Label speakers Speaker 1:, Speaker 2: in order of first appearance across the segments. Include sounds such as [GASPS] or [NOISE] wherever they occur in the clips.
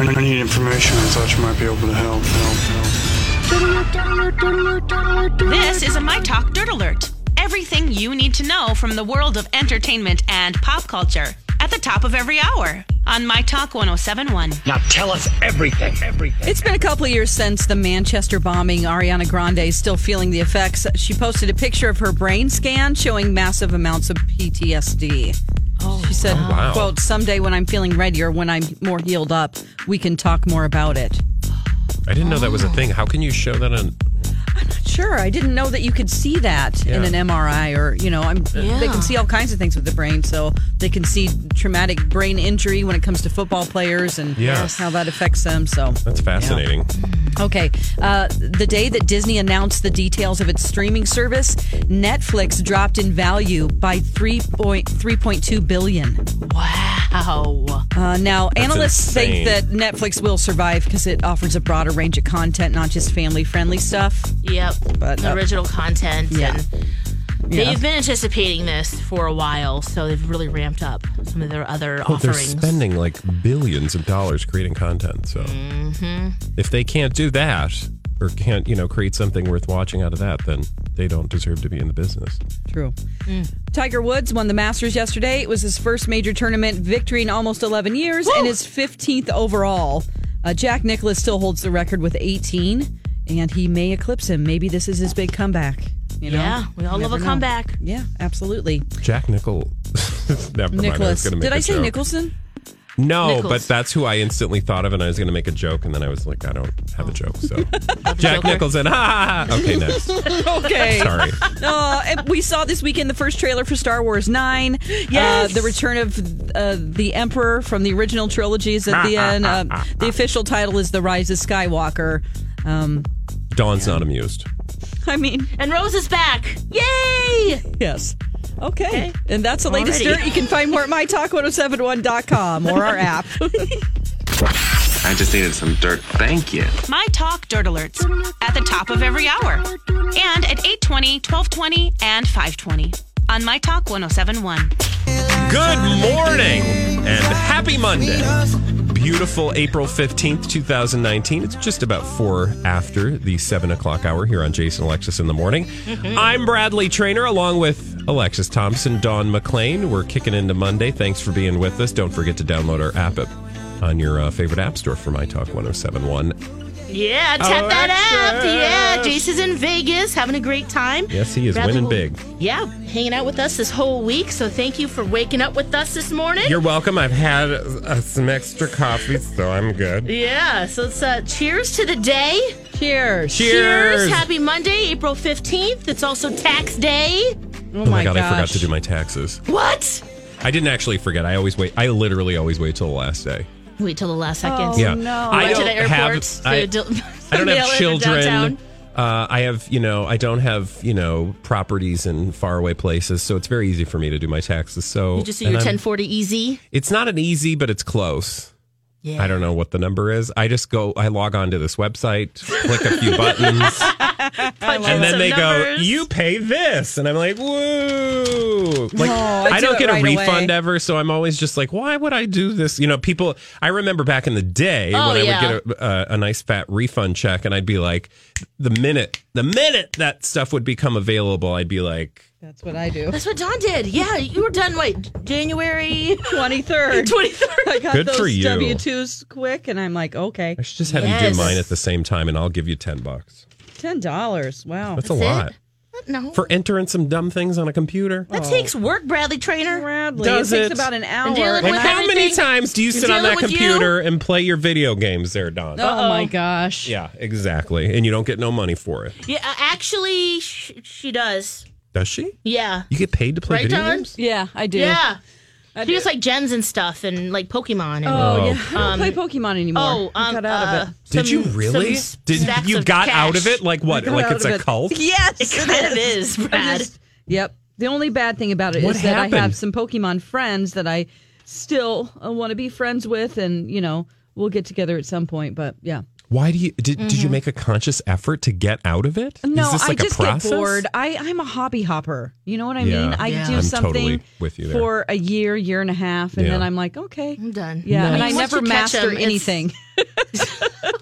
Speaker 1: I need information. I thought you might be able to help.
Speaker 2: This is a My Talk Dirt Alert. Everything you need to know from the world of entertainment and pop culture at the top of every hour on My Talk 1071.
Speaker 3: Now tell us everything. Everything.
Speaker 4: It's been a couple of years since the Manchester bombing. Ariana Grande is still feeling the effects. She posted a picture of her brain scan showing massive amounts of PTSD. she said, quote, someday when I'm feeling readier, when I'm more healed up, we can talk more about it.
Speaker 5: I didn't know that was a thing. How can you show that on?
Speaker 4: Sure, I didn't know that you could see that in
Speaker 5: Yeah.
Speaker 4: an MRI or, you know, I'm, they can see all kinds of things with the brain. So they can see traumatic brain injury when it comes to football players and
Speaker 5: Yes.
Speaker 4: how that affects them. So
Speaker 5: That's fascinating.
Speaker 4: Okay. Uh, the day that Disney announced the details of its streaming service, Netflix dropped in value by 3.3.2 billion.
Speaker 2: Wow.
Speaker 4: Uh, now, analysts
Speaker 5: insane.
Speaker 4: think that Netflix will survive because it offers a broader range of content, not just family friendly stuff.
Speaker 6: Yep.
Speaker 4: But, uh,
Speaker 6: original content.
Speaker 4: yeah.
Speaker 6: And
Speaker 4: Yeah.
Speaker 6: they've been anticipating this for a while, so they've really ramped up some of their other
Speaker 5: Well, they're
Speaker 6: offerings.
Speaker 5: spending like billions of dollars creating content. So if they can't do that or can't, you know, create something worth watching out of that, then they don't deserve to be in the business.
Speaker 4: True.
Speaker 6: Mm.
Speaker 4: Tiger Woods won the Masters yesterday. It was his first major tournament victory in almost 11 years and his 15th overall. Uh, Jack Nicholas still holds the record with 18, and he may eclipse him. Maybe this is his big comeback. You know?
Speaker 6: yeah, we all
Speaker 4: You
Speaker 6: love a
Speaker 4: never know.
Speaker 6: comeback.
Speaker 4: Yeah, absolutely.
Speaker 5: Jack Nichol. [LAUGHS] Never mind, I was
Speaker 4: Nicholas.
Speaker 5: gonna make
Speaker 4: Did I
Speaker 5: a
Speaker 4: say
Speaker 5: joke.
Speaker 4: Nicholson?
Speaker 5: No,
Speaker 6: Nichols.
Speaker 5: but that's who I instantly thought of, and I was going to make a joke, and then I was like, I don't have a joke. So Jack
Speaker 6: joker.
Speaker 5: Nicholson. [LAUGHS] Ah! Okay, next.
Speaker 4: Okay.
Speaker 5: Sorry.
Speaker 4: [LAUGHS] Uh, and we saw this weekend the first trailer for Star Wars
Speaker 6: [GASPS]
Speaker 4: 9.
Speaker 6: Yes.
Speaker 4: Uh, the return of uh, the Emperor from the original trilogy is at the
Speaker 5: [LAUGHS]
Speaker 4: end. Uh, the official title is The Rise of Skywalker. Um,
Speaker 5: Dawn's not amused.
Speaker 4: I mean,
Speaker 6: And Rose is back. Yay!
Speaker 4: yes. Okay. And that's the latest
Speaker 6: Alrighty.
Speaker 4: dirt. You can find more at mytalk1071.com or our app.
Speaker 7: I just needed some dirt. Thank you.
Speaker 2: My Talk Dirt Alerts at the top of every hour and at 820, 1220, and 520 on My Talk 1071.
Speaker 5: Good morning and happy Monday. Beautiful April 15th, 2019. It's just about four after the seven o'clock hour here on Jason Alexis in the morning. I'm Bradley Trainer along with Alexis Thompson, Dawn McLean. We're kicking into Monday. Thanks for being with us. Don't forget to download our app at, on your uh, favorite app store for My Talk 1071.
Speaker 6: [LAUGHS] Yeah, tap that up.
Speaker 5: Alexis.
Speaker 6: Yeah, Jace is in Vegas having a great time.
Speaker 5: Yes, he is
Speaker 6: Bradley
Speaker 5: winning
Speaker 6: will-
Speaker 5: big.
Speaker 6: Yeah, hanging out with us this whole week. So thank you for waking up with us this morning.
Speaker 5: You're welcome. I've had uh, some extra coffee, so I'm
Speaker 4: Oh
Speaker 5: good.
Speaker 6: yeah, so it's uh, cheers to the day.
Speaker 4: Cheers.
Speaker 5: Cheers.
Speaker 6: Happy Monday, April 15th. It's also tax day.
Speaker 4: Oh,
Speaker 5: Oh my God, I forgot
Speaker 4: gosh.
Speaker 5: to do my taxes.
Speaker 6: What?
Speaker 5: I didn't actually forget. I always wait. I literally always wait till the last day.
Speaker 6: Wait till the last second.
Speaker 4: Oh,
Speaker 5: yeah.
Speaker 4: no.
Speaker 5: I
Speaker 6: Went
Speaker 5: don't
Speaker 6: to the airport.
Speaker 5: have. I,
Speaker 6: to del-
Speaker 5: [LAUGHS] I don't
Speaker 6: [LAUGHS] mail
Speaker 5: have
Speaker 6: it
Speaker 5: children.
Speaker 6: downtown.
Speaker 5: Uh, I have, you know, I don't have, you know, properties in faraway places, so it's very easy for me to do my taxes. So
Speaker 6: You just do
Speaker 5: Oh, and
Speaker 6: your
Speaker 5: I'm-
Speaker 6: 1040 easy.
Speaker 5: It's not an easy, but it's close.
Speaker 6: Yeah.
Speaker 5: I don't know what the number is. I just go. I log on to this website, click a
Speaker 6: [LAUGHS]
Speaker 5: few buttons,
Speaker 6: Punch in
Speaker 5: and then
Speaker 6: some
Speaker 5: they
Speaker 6: numbers.
Speaker 5: go, "You pay this," and I'm like, "Woo!" Like
Speaker 4: I
Speaker 5: I,
Speaker 4: do
Speaker 5: don't
Speaker 4: it
Speaker 5: get
Speaker 4: right
Speaker 5: a
Speaker 4: away.
Speaker 5: refund ever, so I'm always just like, why would I do this? You know, people. I remember back in the day
Speaker 6: Oh,
Speaker 5: when I
Speaker 6: yeah.
Speaker 5: would get a, a, a nice fat refund check, and I'd be like, the minute the minute that stuff would become available, I'd be like,
Speaker 4: That's what I do.
Speaker 6: That's what Don did. Yeah, you were done. Wait,
Speaker 4: [LAUGHS]
Speaker 6: January [LAUGHS]
Speaker 4: 23rd.
Speaker 6: twenty third.
Speaker 4: I got
Speaker 5: Good
Speaker 4: those
Speaker 5: for you.
Speaker 4: W-2s quick, and I'm like, okay,
Speaker 5: I should just have you do
Speaker 6: Yes.
Speaker 5: mine at the same time, and I'll give you ten bucks.
Speaker 4: $10. Wow.
Speaker 5: That's,
Speaker 6: That's
Speaker 5: a
Speaker 6: it?
Speaker 5: lot
Speaker 6: No,
Speaker 5: for entering some dumb things on a computer.
Speaker 6: that takes work, Bradley Trainer.
Speaker 4: Bradley,
Speaker 5: Does
Speaker 4: it takes
Speaker 5: it?
Speaker 4: about an hour.
Speaker 6: Oh. dealing
Speaker 5: Like
Speaker 6: with
Speaker 5: how many
Speaker 6: everything.
Speaker 5: times do you
Speaker 6: You're
Speaker 5: sit on
Speaker 6: dealing
Speaker 5: that
Speaker 6: with you?
Speaker 5: computer and play your video games there, Don?
Speaker 4: oh my gosh.
Speaker 5: Yeah, exactly. And you don't get no money for it.
Speaker 6: Yeah, uh, actually, sh- she does.
Speaker 5: Does she?
Speaker 6: Yeah,
Speaker 5: You get paid to play
Speaker 6: Right,
Speaker 5: video
Speaker 6: Don?
Speaker 5: games?
Speaker 4: Yeah, I do.
Speaker 6: yeah. She does like gens and stuff, and like Pokemon. And,
Speaker 4: Oh, yeah. I don't play Pokemon anymore.
Speaker 6: Um, Oh,
Speaker 4: I
Speaker 6: um,
Speaker 4: got out
Speaker 6: uh,
Speaker 4: of it.
Speaker 5: Did
Speaker 6: some-
Speaker 5: you really?
Speaker 6: some
Speaker 5: Did
Speaker 6: stacks
Speaker 5: you
Speaker 6: of
Speaker 5: got out
Speaker 6: cash.
Speaker 5: of it like what?
Speaker 4: got
Speaker 5: Like
Speaker 4: out
Speaker 5: it's
Speaker 4: of
Speaker 5: a
Speaker 4: it.
Speaker 5: cult?
Speaker 4: Yes,
Speaker 6: It kind of
Speaker 4: [LAUGHS]
Speaker 6: is, Brad.
Speaker 4: Yep. The only bad thing about it is
Speaker 5: What
Speaker 4: that I have
Speaker 5: happened?
Speaker 4: some Pokemon friends that I still uh, want to be friends with, and you know we'll get together at some point. But yeah,
Speaker 5: Why do you did, did
Speaker 6: Mm-hmm.
Speaker 5: you make a conscious effort to get out of it? Is
Speaker 4: no,
Speaker 5: this like
Speaker 4: I just
Speaker 5: a process?
Speaker 4: get bored. I I'm a hobby hopper. You know what I
Speaker 5: Yeah.
Speaker 4: mean? I
Speaker 6: Yeah.
Speaker 4: do
Speaker 5: I'm
Speaker 4: something
Speaker 5: totally with you there.
Speaker 4: for a year, year and a half, and
Speaker 5: Yeah.
Speaker 4: then I'm like, okay,
Speaker 6: I'm done.
Speaker 4: yeah. And I
Speaker 6: Once
Speaker 4: never
Speaker 6: you catch 'em,
Speaker 4: master
Speaker 6: it's-
Speaker 4: anything. [LAUGHS]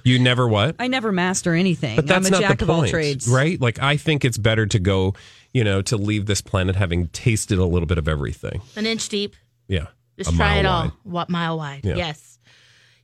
Speaker 5: You never what?
Speaker 4: I never master anything.
Speaker 5: But that's
Speaker 4: I'm a
Speaker 5: not
Speaker 4: jack
Speaker 5: the
Speaker 4: of all
Speaker 5: point,
Speaker 4: trades,
Speaker 5: right? Like I think it's better to go, you know, to leave this planet having tasted a little bit of everything.
Speaker 6: An inch deep.
Speaker 5: Yeah.
Speaker 6: Just
Speaker 5: a
Speaker 6: try
Speaker 5: mile
Speaker 6: it all.
Speaker 5: wide.
Speaker 6: What mile wide?
Speaker 5: Yeah.
Speaker 6: Yes.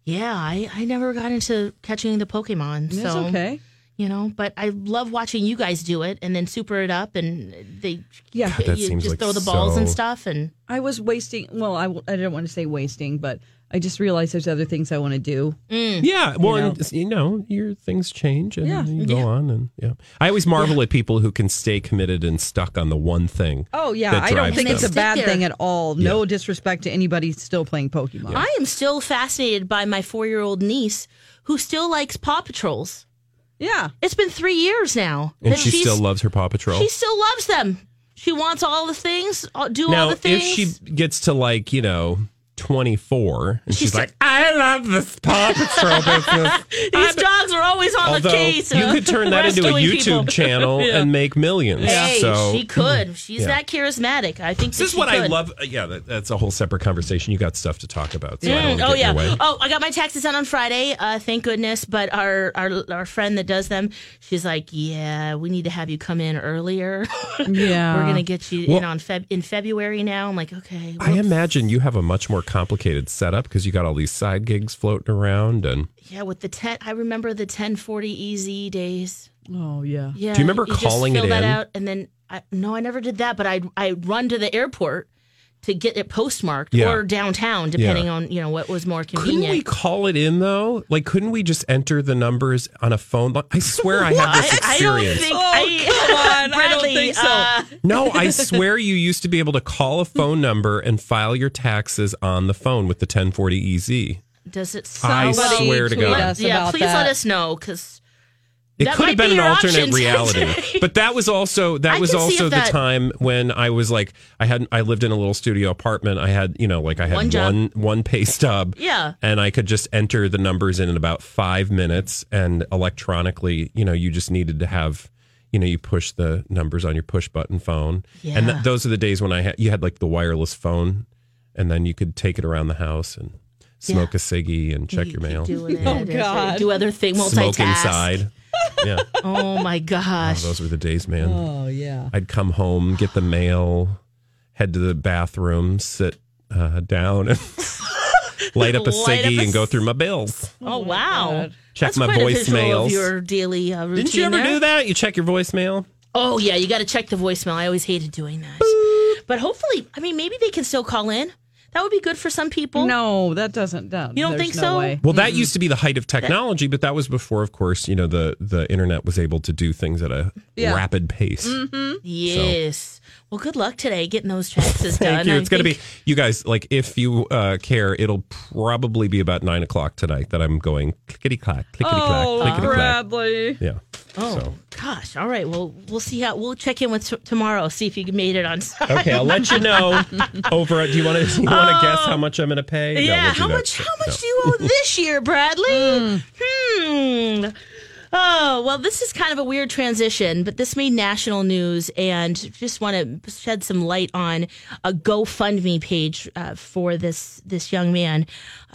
Speaker 6: Yeah, I, I never got into catching the Pokemon.
Speaker 4: It's
Speaker 6: so
Speaker 4: okay.
Speaker 6: you know, but I love watching you guys do it and then super it up and they
Speaker 4: Yeah. God,
Speaker 5: that
Speaker 6: you
Speaker 5: seems
Speaker 6: just
Speaker 5: like
Speaker 6: throw the balls and
Speaker 5: so-
Speaker 6: stuff and
Speaker 4: I was wasting. Well, I, w- I didn't want to say wasting, but I just realized there's other things I want to do.
Speaker 5: Yeah, well, and, Mm. you know, your things change and
Speaker 4: Yeah.
Speaker 5: you go on, and yeah. I always marvel at people who can stay committed and stuck on the one thing.
Speaker 4: Oh yeah,
Speaker 5: that
Speaker 4: I don't
Speaker 5: drives
Speaker 4: think it's
Speaker 5: them.
Speaker 4: a
Speaker 6: Stick
Speaker 4: bad
Speaker 6: there.
Speaker 4: thing at all. No disrespect to anybody still playing Pokemon.
Speaker 6: I am still fascinated by my four year old niece who still likes Paw Patrols.
Speaker 4: Yeah,
Speaker 6: It's been three years now.
Speaker 5: And
Speaker 6: that
Speaker 5: she
Speaker 6: she's-
Speaker 5: still loves her Paw Patrol.
Speaker 6: she still loves them. She wants all the things, all- do all
Speaker 5: now,
Speaker 6: the
Speaker 5: if
Speaker 6: things.
Speaker 5: she gets to like you know twenty four, and she's,
Speaker 6: She's still-
Speaker 5: like, I love this Paw Patrol business.
Speaker 6: [LAUGHS] These dogs are always on the
Speaker 5: Although
Speaker 6: case.
Speaker 5: you
Speaker 6: of
Speaker 5: could turn that into a
Speaker 6: rescuing
Speaker 5: YouTube
Speaker 6: people. [LAUGHS]
Speaker 5: channel
Speaker 6: Yeah.
Speaker 5: and make millions.
Speaker 6: Hey,
Speaker 5: so [CLEARS THROAT]
Speaker 6: she could. She's
Speaker 5: Yeah.
Speaker 6: that charismatic. I think that
Speaker 5: This is
Speaker 6: she
Speaker 5: what I
Speaker 6: could.
Speaker 5: love. uh, Yeah, that, that's a whole separate conversation. You got stuff to talk about. So I don't
Speaker 6: Mm,
Speaker 5: wanna
Speaker 6: oh
Speaker 5: get in your
Speaker 6: yeah.
Speaker 5: way.
Speaker 6: Oh, I got my taxes done on Friday. Uh, thank goodness. But our, our our friend that does them, she's like, yeah, we need to have you come in earlier.
Speaker 4: [LAUGHS] yeah.
Speaker 6: We're gonna get you in
Speaker 5: Well-
Speaker 6: on Feb in February now. I'm like, okay.
Speaker 5: I
Speaker 6: well,
Speaker 5: imagine you have a much more complicated setup because you got all these side gigs floating around. And
Speaker 6: yeah, with the ten, I remember the 10:40 easy days.
Speaker 4: Oh yeah.
Speaker 6: Yeah.
Speaker 5: Do you remember
Speaker 6: just
Speaker 5: calling it
Speaker 6: fill that
Speaker 5: in?
Speaker 6: out, and then I, no, I never did that. But I I run to the airport to get it postmarked
Speaker 5: Yeah.
Speaker 6: or downtown, depending on you know what was more
Speaker 5: couldn't we
Speaker 6: convenient.
Speaker 5: call it in though? Like, couldn't we just enter the numbers on a phone? line? I swear I had this
Speaker 6: I, I don't
Speaker 5: experience.
Speaker 6: think. I,
Speaker 4: Oh, come on, I don't
Speaker 6: [LAUGHS] Bradley,
Speaker 4: think so.
Speaker 6: uh,
Speaker 5: [LAUGHS] no, I swear you used to be able to call a phone number and file your taxes on the phone with the 1040 EZ.
Speaker 6: Does it
Speaker 5: I
Speaker 6: sound?
Speaker 4: Somebody
Speaker 5: swear to
Speaker 4: tweet
Speaker 5: God.
Speaker 4: us
Speaker 6: yeah,
Speaker 4: about
Speaker 6: please
Speaker 4: that.
Speaker 6: let us know because
Speaker 5: It
Speaker 6: That
Speaker 5: could
Speaker 6: might
Speaker 5: have been
Speaker 6: be
Speaker 5: an
Speaker 6: your
Speaker 5: alternate
Speaker 6: options.
Speaker 5: reality, but that was also that
Speaker 6: I
Speaker 5: was
Speaker 6: can see
Speaker 5: also
Speaker 6: if
Speaker 5: the
Speaker 6: that-
Speaker 5: time when I was like I had I lived in a little studio apartment. I had you know like I had one
Speaker 6: One job.
Speaker 5: one, pay stub,
Speaker 6: Yeah.
Speaker 5: and I could just enter the numbers in in about five minutes, and electronically, you know, you just needed to have. You know, you push the numbers on your push button phone, and
Speaker 6: Yeah.
Speaker 5: th- those are the days when I had you had like the wireless phone, and then you could take it around the house and smoke a ciggy and check your mail, [LAUGHS]
Speaker 6: doing it,
Speaker 4: Oh, God.
Speaker 6: do other thing, multitask.
Speaker 5: smoke inside.
Speaker 6: [LAUGHS]
Speaker 5: Yeah.
Speaker 6: Oh my gosh.
Speaker 5: Those were the days, man.
Speaker 4: Oh yeah.
Speaker 5: I'd come home, get the mail, head to the bathroom, sit uh, down, and [LAUGHS] light up a
Speaker 6: Light up
Speaker 5: ciggy
Speaker 6: a
Speaker 5: and go through my bills.
Speaker 6: oh wow.
Speaker 5: Check
Speaker 6: That's
Speaker 5: my
Speaker 6: quite a visual
Speaker 5: voicemails.
Speaker 6: Of your daily uh, routine.
Speaker 5: Didn't you ever
Speaker 6: there.
Speaker 5: do that? You check your voicemail.
Speaker 6: Oh yeah, you got to check the voicemail. I always hated doing that. But hopefully, I mean, maybe they can still call in. That would be good for some people.
Speaker 4: No, that doesn't. That,
Speaker 6: You don't
Speaker 4: there's
Speaker 6: think
Speaker 4: no
Speaker 6: so?
Speaker 4: Way.
Speaker 5: Well, that used to be the height of technology, but that was before, of course, you know, the, the internet was able to do things at a
Speaker 4: Yeah.
Speaker 5: rapid pace.
Speaker 6: Mm-hmm. Yes. Well, good luck today getting
Speaker 5: [LAUGHS]
Speaker 6: those taxes done.
Speaker 5: Thank you.
Speaker 6: I
Speaker 5: It's going to be,
Speaker 6: think-
Speaker 5: you guys, like, if you uh, care, it'll probably be about nine o'clock tonight that I'm going clickety clack, clickety clack,
Speaker 4: Oh,
Speaker 5: clickety clack.
Speaker 4: Bradley.
Speaker 5: Yeah.
Speaker 6: Oh
Speaker 5: So.
Speaker 6: gosh. All right. Well, we'll see how we'll check in with t- tomorrow. See if you made it on [LAUGHS] time.
Speaker 5: Okay, I'll let you
Speaker 6: [LAUGHS]
Speaker 5: know. Over, do you want to [LAUGHS] you want to guess how much I'm going to pay? No,
Speaker 6: Oh. Yeah,
Speaker 5: we'll do
Speaker 6: how
Speaker 5: [LAUGHS] that.
Speaker 6: much? How much
Speaker 5: No.
Speaker 6: do you owe this year, Bradley? hmm. Oh, well, this is kind of a weird transition, but this made national news and just want to shed some light on a GoFundMe page uh, for this this young man.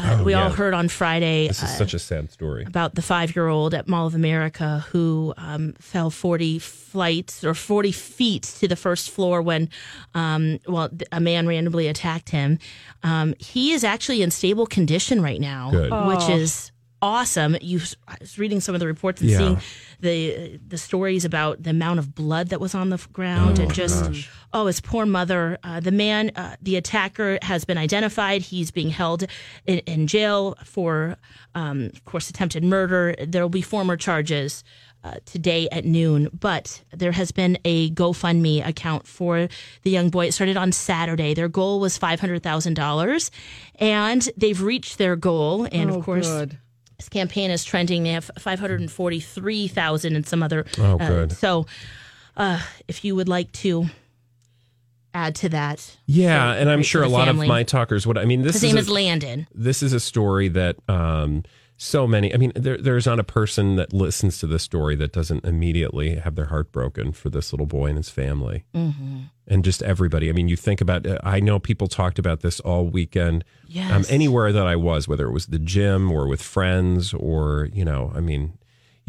Speaker 6: Uh,
Speaker 5: Oh,
Speaker 6: we all
Speaker 5: yeah.
Speaker 6: heard on Friday uh,
Speaker 5: This is such a sad story.
Speaker 6: about the five year old at Mall of America who um, fell 40 flights or 40 feet to the first floor when, um, well, th- a man randomly attacked him. Um, he is actually in stable condition right now,
Speaker 5: Good.
Speaker 6: which is awesome. You, I was reading some of the reports and
Speaker 5: Yeah.
Speaker 6: seeing the the stories about the amount of blood that was on the f- ground and just oh his poor mother uh, the man uh, the attacker has been identified he's being held in, in jail for um, of course attempted murder there will be former charges uh, today at noon but there has been a gofundme account for the young boy it started on saturday their goal was $500000 and they've reached their goal
Speaker 4: Oh,
Speaker 6: and of course this campaign is trending. They have 543,000 and some other.
Speaker 5: Oh,
Speaker 6: uh,
Speaker 5: good.
Speaker 6: so uh, if you would like to add to that,
Speaker 5: Yeah, and I'm
Speaker 6: great
Speaker 5: sure
Speaker 6: for
Speaker 5: a
Speaker 6: the
Speaker 5: lot
Speaker 6: family.
Speaker 5: of my talkers would. I mean, this
Speaker 6: his name
Speaker 5: a-
Speaker 6: is Landon.
Speaker 5: this is a story that um, so many. I mean, there, there's not a person that listens to this story that doesn't immediately have their heart broken for this little boy and his family,
Speaker 6: Mm-hmm.
Speaker 5: and just everybody. I mean, you think about. uh, I know people talked about this all weekend.
Speaker 6: Yes.
Speaker 5: Um, anywhere that I was, whether it was the gym or with friends, or you know, I mean.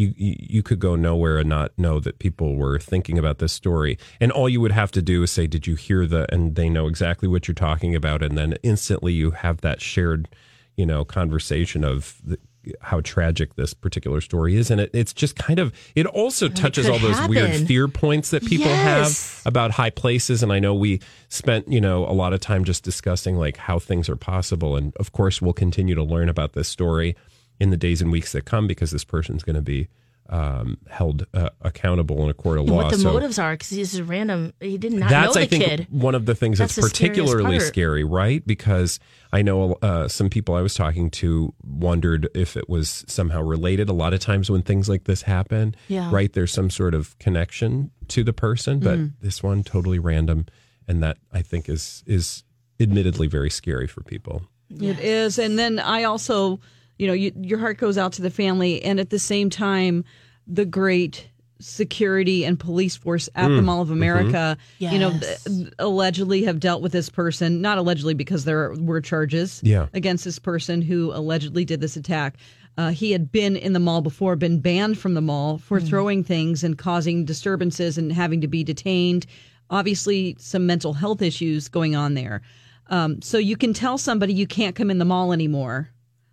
Speaker 5: You, you, you could go nowhere and not know that people were thinking about this story. And all you would have to do is say, Did you hear the? And they know exactly what you're talking about. And then instantly you have that shared, you know, conversation of the, how tragic this particular story is. And it, it's just kind of, it also touches
Speaker 6: could
Speaker 5: all those weird
Speaker 6: happen.
Speaker 5: fear points that people
Speaker 6: Yes.
Speaker 5: have about high places. And I know we spent, you know, a lot of time just discussing like how things are possible. And of course, we'll continue to learn about this story in the days and weeks that come because this person's going to be um, held uh, accountable in a court of
Speaker 6: And
Speaker 5: law.
Speaker 6: what the
Speaker 5: So
Speaker 6: motives are, because he's a random. He did not
Speaker 5: that's,
Speaker 6: know the
Speaker 5: I think,
Speaker 6: kid.
Speaker 5: one of the things that's,
Speaker 6: That's the scariest
Speaker 5: particularly
Speaker 6: part.
Speaker 5: scary, right? Because I know uh, some people I was talking to wondered if it was somehow related. A lot of times when things like this happen,
Speaker 6: Yeah.
Speaker 5: right, there's some sort of connection to the person, but
Speaker 6: Mm-hmm.
Speaker 5: this one totally random, and that I think is is admittedly very scary for people.
Speaker 4: It is. And then I also, you know, you, your heart goes out to the family. And at the same time, the great security and police force at the Mall of America, you know,
Speaker 6: Yes.
Speaker 4: th- allegedly have dealt with this person, not allegedly because there were charges
Speaker 5: Yeah.
Speaker 4: against this person who allegedly did this attack. Uh, he had been in the mall before, been banned from the mall for throwing things and causing disturbances and having to be detained. Obviously, some mental health issues going on there. Um, so you can tell somebody you can't come in the mall anymore,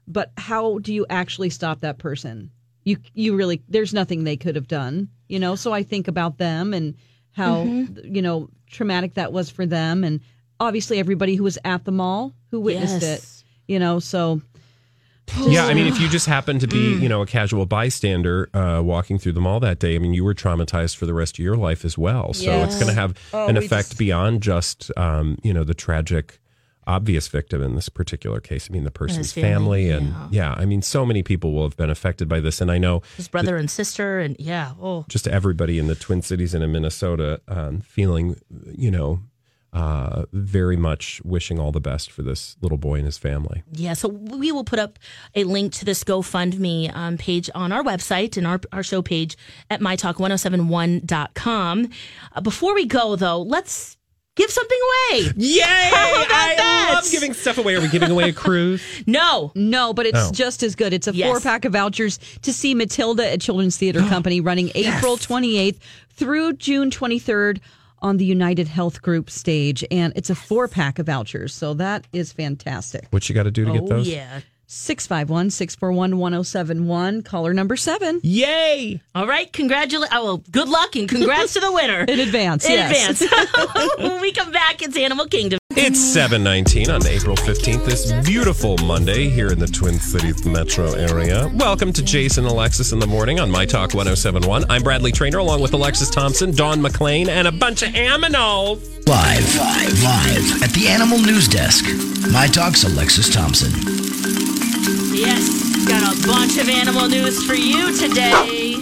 Speaker 4: but how do you actually stop that person? You you really there's nothing they could have done, you know. So I think about them and how
Speaker 6: Mm-hmm.
Speaker 4: you know traumatic that was for them, and obviously everybody who was at the mall who witnessed
Speaker 6: Yes.
Speaker 4: it, you know. So
Speaker 5: Yeah, I mean, if you just happen to
Speaker 6: Mm.
Speaker 5: be, you know, a casual bystander uh, walking through the mall that day, I mean, you were traumatized for the rest of your life as well. So
Speaker 4: Yes.
Speaker 5: it's going to have
Speaker 4: Oh,
Speaker 5: an
Speaker 4: we
Speaker 5: effect
Speaker 4: just-
Speaker 5: beyond just, um, you know, the tragic, obvious victim in this particular case. I mean, the person's family,
Speaker 6: family,
Speaker 5: and yeah. I mean, so many people will have been affected by this, and I know
Speaker 6: His brother and sister, and yeah, oh,
Speaker 5: just everybody in the Twin Cities and in Minnesota um, feeling, you know. Uh, very much wishing all the best for this little boy and his family.
Speaker 6: yeah. So we will put up a link to this GoFundMe um, page on our website and our, our show page at mytalk1071.com. Uh, before we go, though, let's give something away.
Speaker 5: Yay! I
Speaker 6: that?
Speaker 5: love giving stuff away. Are we giving away a cruise?
Speaker 6: [LAUGHS] No.
Speaker 4: no, but it's
Speaker 5: Oh.
Speaker 4: just as good. It's a
Speaker 6: Yes.
Speaker 4: four pack of vouchers to see Matilda at Children's Theater
Speaker 5: Oh,
Speaker 4: Company running April 28th through June 23rd on the United Health Group stage, and it's a four pack of vouchers. So that is fantastic.
Speaker 5: What you got to do to get those?
Speaker 6: Oh, Yeah.
Speaker 4: 651 641 1071, caller number seven.
Speaker 5: Yay!
Speaker 6: All right, congratulations. Oh, well, good luck and congrats to the winner.
Speaker 4: In advance,
Speaker 6: In
Speaker 4: yes.
Speaker 6: advance. when we come back, it's Animal Kingdom.
Speaker 5: It's 719 on April 15th, this beautiful Monday here in the Twin Cities metro area. Welcome to Jason and Alexis in the morning on My Talk 1071. I'm Bradley Trainer along with Alexis Thompson, Dawn McLean, and a bunch of aminals.
Speaker 3: Live, live, live at the Animal News Desk. My talk's Alexis Thompson.
Speaker 6: Yes, got a bunch of animal news for you today.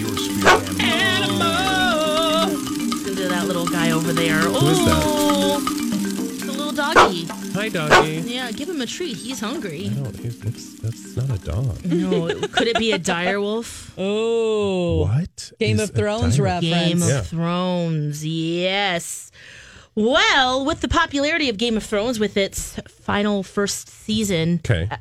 Speaker 6: Animal. Listen to that little guy over there. Who
Speaker 5: is that?
Speaker 6: that? The little doggy.
Speaker 5: Hi, doggy.
Speaker 6: Yeah, give him a treat. He's hungry.
Speaker 5: No, it- that's, that's not a dog.
Speaker 6: No, it- could it be a dire wolf?
Speaker 4: Oh,
Speaker 5: What?
Speaker 4: Game
Speaker 5: is
Speaker 4: of
Speaker 5: a
Speaker 4: Thrones
Speaker 5: dino-
Speaker 4: reference.
Speaker 6: Game of
Speaker 5: Yeah.
Speaker 6: Thrones. Yes. Well, with the popularity of Game of Thrones, with its final first season
Speaker 5: Okay. Mm-hmm.
Speaker 6: uh,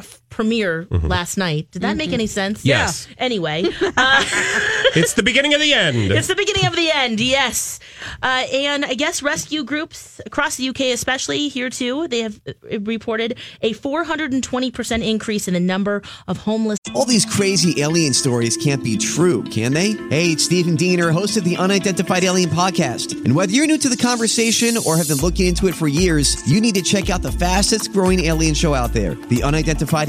Speaker 6: fr- premiere last night, did that make
Speaker 4: Mm-hmm.
Speaker 6: any sense?
Speaker 5: Yes.
Speaker 4: [LAUGHS]
Speaker 6: Anyway, uh, [LAUGHS]
Speaker 5: It's the beginning of the end.
Speaker 6: It's the beginning of the end, yes. Uh, and I guess rescue groups across the UK, especially here too, they have uh, reported a 420% increase in the number of homeless.
Speaker 8: All these crazy alien stories can't be true, can they? Hey, it's Stephen Diener, host of the Unidentified Alien Podcast. And whether you're new to the conversation or have been looking into it for years, you need to check out the fastest growing alien show out there, the Unidentified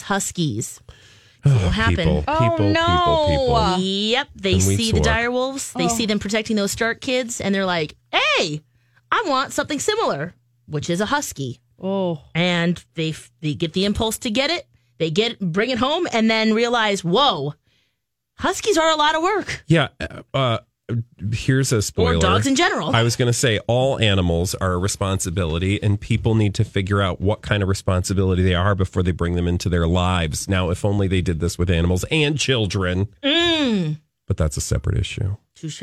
Speaker 6: Huskies. What Oh, will happen?
Speaker 5: People, people,
Speaker 4: no.
Speaker 5: people, people.
Speaker 6: Yep, they
Speaker 5: And we
Speaker 6: see the
Speaker 5: swore.
Speaker 6: dire wolves, they see them protecting those Stark kids, and they're like, hey, I want something similar, which is a husky.
Speaker 4: oh,
Speaker 6: And they, f- they get the impulse to get it, they get bring it home, and then realize, whoa, huskies are a lot of work.
Speaker 5: Yeah. Uh, here's a spoiler.
Speaker 6: Or dogs in general.
Speaker 5: I was going to say all animals are a responsibility, and people need to figure out what kind of responsibility they are before they bring them into their lives. Now, if only they did this with animals and children,
Speaker 6: Mm,
Speaker 5: but that's a separate issue.
Speaker 6: touche.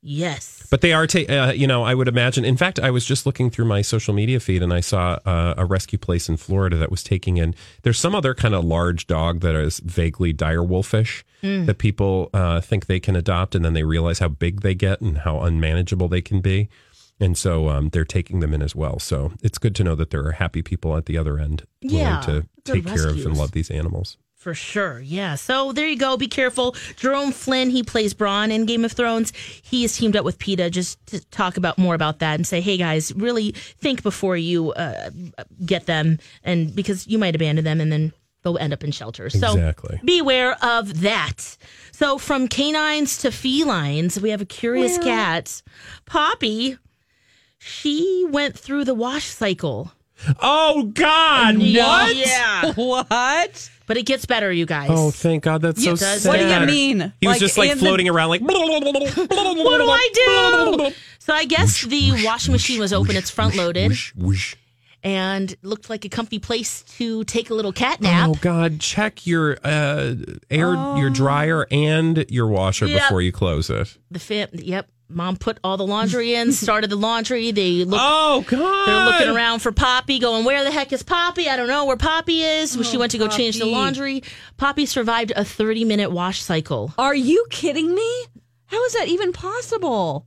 Speaker 6: Yes.
Speaker 5: But they are, ta- uh, you know, I would imagine. In fact, I was just looking through my social media feed and I saw uh, a rescue place in Florida that was taking in. There's some other kind of large dog that is vaguely dire wolfish
Speaker 6: Mm.
Speaker 5: that people uh, think they can adopt, and then they realize how big they get and how unmanageable they can be, and so um, they're taking them in as well. So it's good to know that there are happy people at the other end willing
Speaker 6: Yeah,
Speaker 5: to
Speaker 6: they're
Speaker 5: take care of and
Speaker 6: rescues.
Speaker 5: love these animals.
Speaker 6: For sure. Yeah. So there you go. Be careful. Jerome Flynn, he plays Braun in Game of Thrones. He is teamed up with PETA just to talk about more about that and say, hey, guys, really think before you uh, get them. And because you might abandon them and then they'll end up in shelters. So
Speaker 5: Exactly.
Speaker 6: beware of that. So from canines to felines, we have a curious cat, Poppy. She went through the wash cycle.
Speaker 5: Oh God! What?
Speaker 6: Yeah.
Speaker 4: [LAUGHS] what?
Speaker 6: But it gets better, you guys.
Speaker 5: Oh, thank God! That's so
Speaker 6: It does.
Speaker 5: sad.
Speaker 6: What
Speaker 4: do you mean?
Speaker 5: He was
Speaker 4: Like,
Speaker 5: just like
Speaker 4: in the-
Speaker 5: floating around, like.
Speaker 6: [LAUGHS] what
Speaker 5: what
Speaker 6: do I do? So I guess the washing machine was open, it's front loaded, and looked like a comfy place to take a little cat nap. Oh.
Speaker 5: Oh God! Check your uh, air, your dryer, and your washer
Speaker 6: Yep.
Speaker 5: before you close it.
Speaker 6: The fam- yep, mom put all the laundry in, started the laundry. They looked,
Speaker 5: Oh God!
Speaker 6: they're looking around for Poppy, going, "Where the heck is Poppy? I don't know where Poppy is." Well, she went to go change the
Speaker 4: Poppy.
Speaker 6: laundry. Poppy survived a thirty-minute wash cycle.
Speaker 4: [LAUGHS] Are you kidding me? How is that even possible?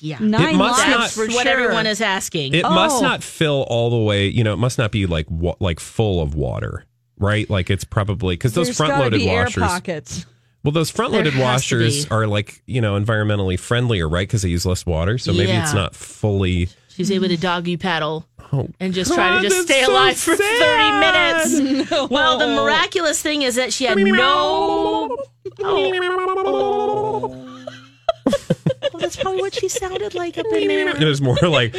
Speaker 6: Yeah,
Speaker 4: Nine
Speaker 5: must
Speaker 4: lives
Speaker 5: not-
Speaker 6: that's
Speaker 4: for
Speaker 6: what
Speaker 4: sure.
Speaker 6: everyone is asking.
Speaker 5: It must
Speaker 4: Oh.
Speaker 5: not fill all the way. You know, it must not be like wa- like full of water, right? Like it's probably because those
Speaker 4: There's
Speaker 5: front
Speaker 4: gotta
Speaker 5: loaded
Speaker 4: be air
Speaker 5: washers.
Speaker 4: pockets. [LAUGHS]
Speaker 5: Well, those front loaded
Speaker 6: There has to
Speaker 5: washers
Speaker 6: be.
Speaker 5: are like you know environmentally friendlier, right? Because they use less water, so maybe it's
Speaker 6: Yeah.
Speaker 5: not fully.
Speaker 6: She was able to doggy paddle
Speaker 5: Oh,
Speaker 6: and just try to just
Speaker 5: that's
Speaker 6: stay
Speaker 5: so
Speaker 6: alive for
Speaker 5: sad.
Speaker 6: 30 minutes. Well, the miraculous thing is that she had no. Oh.
Speaker 5: [LAUGHS]
Speaker 6: Well, that's probably what she sounded like up in there.
Speaker 5: It was more like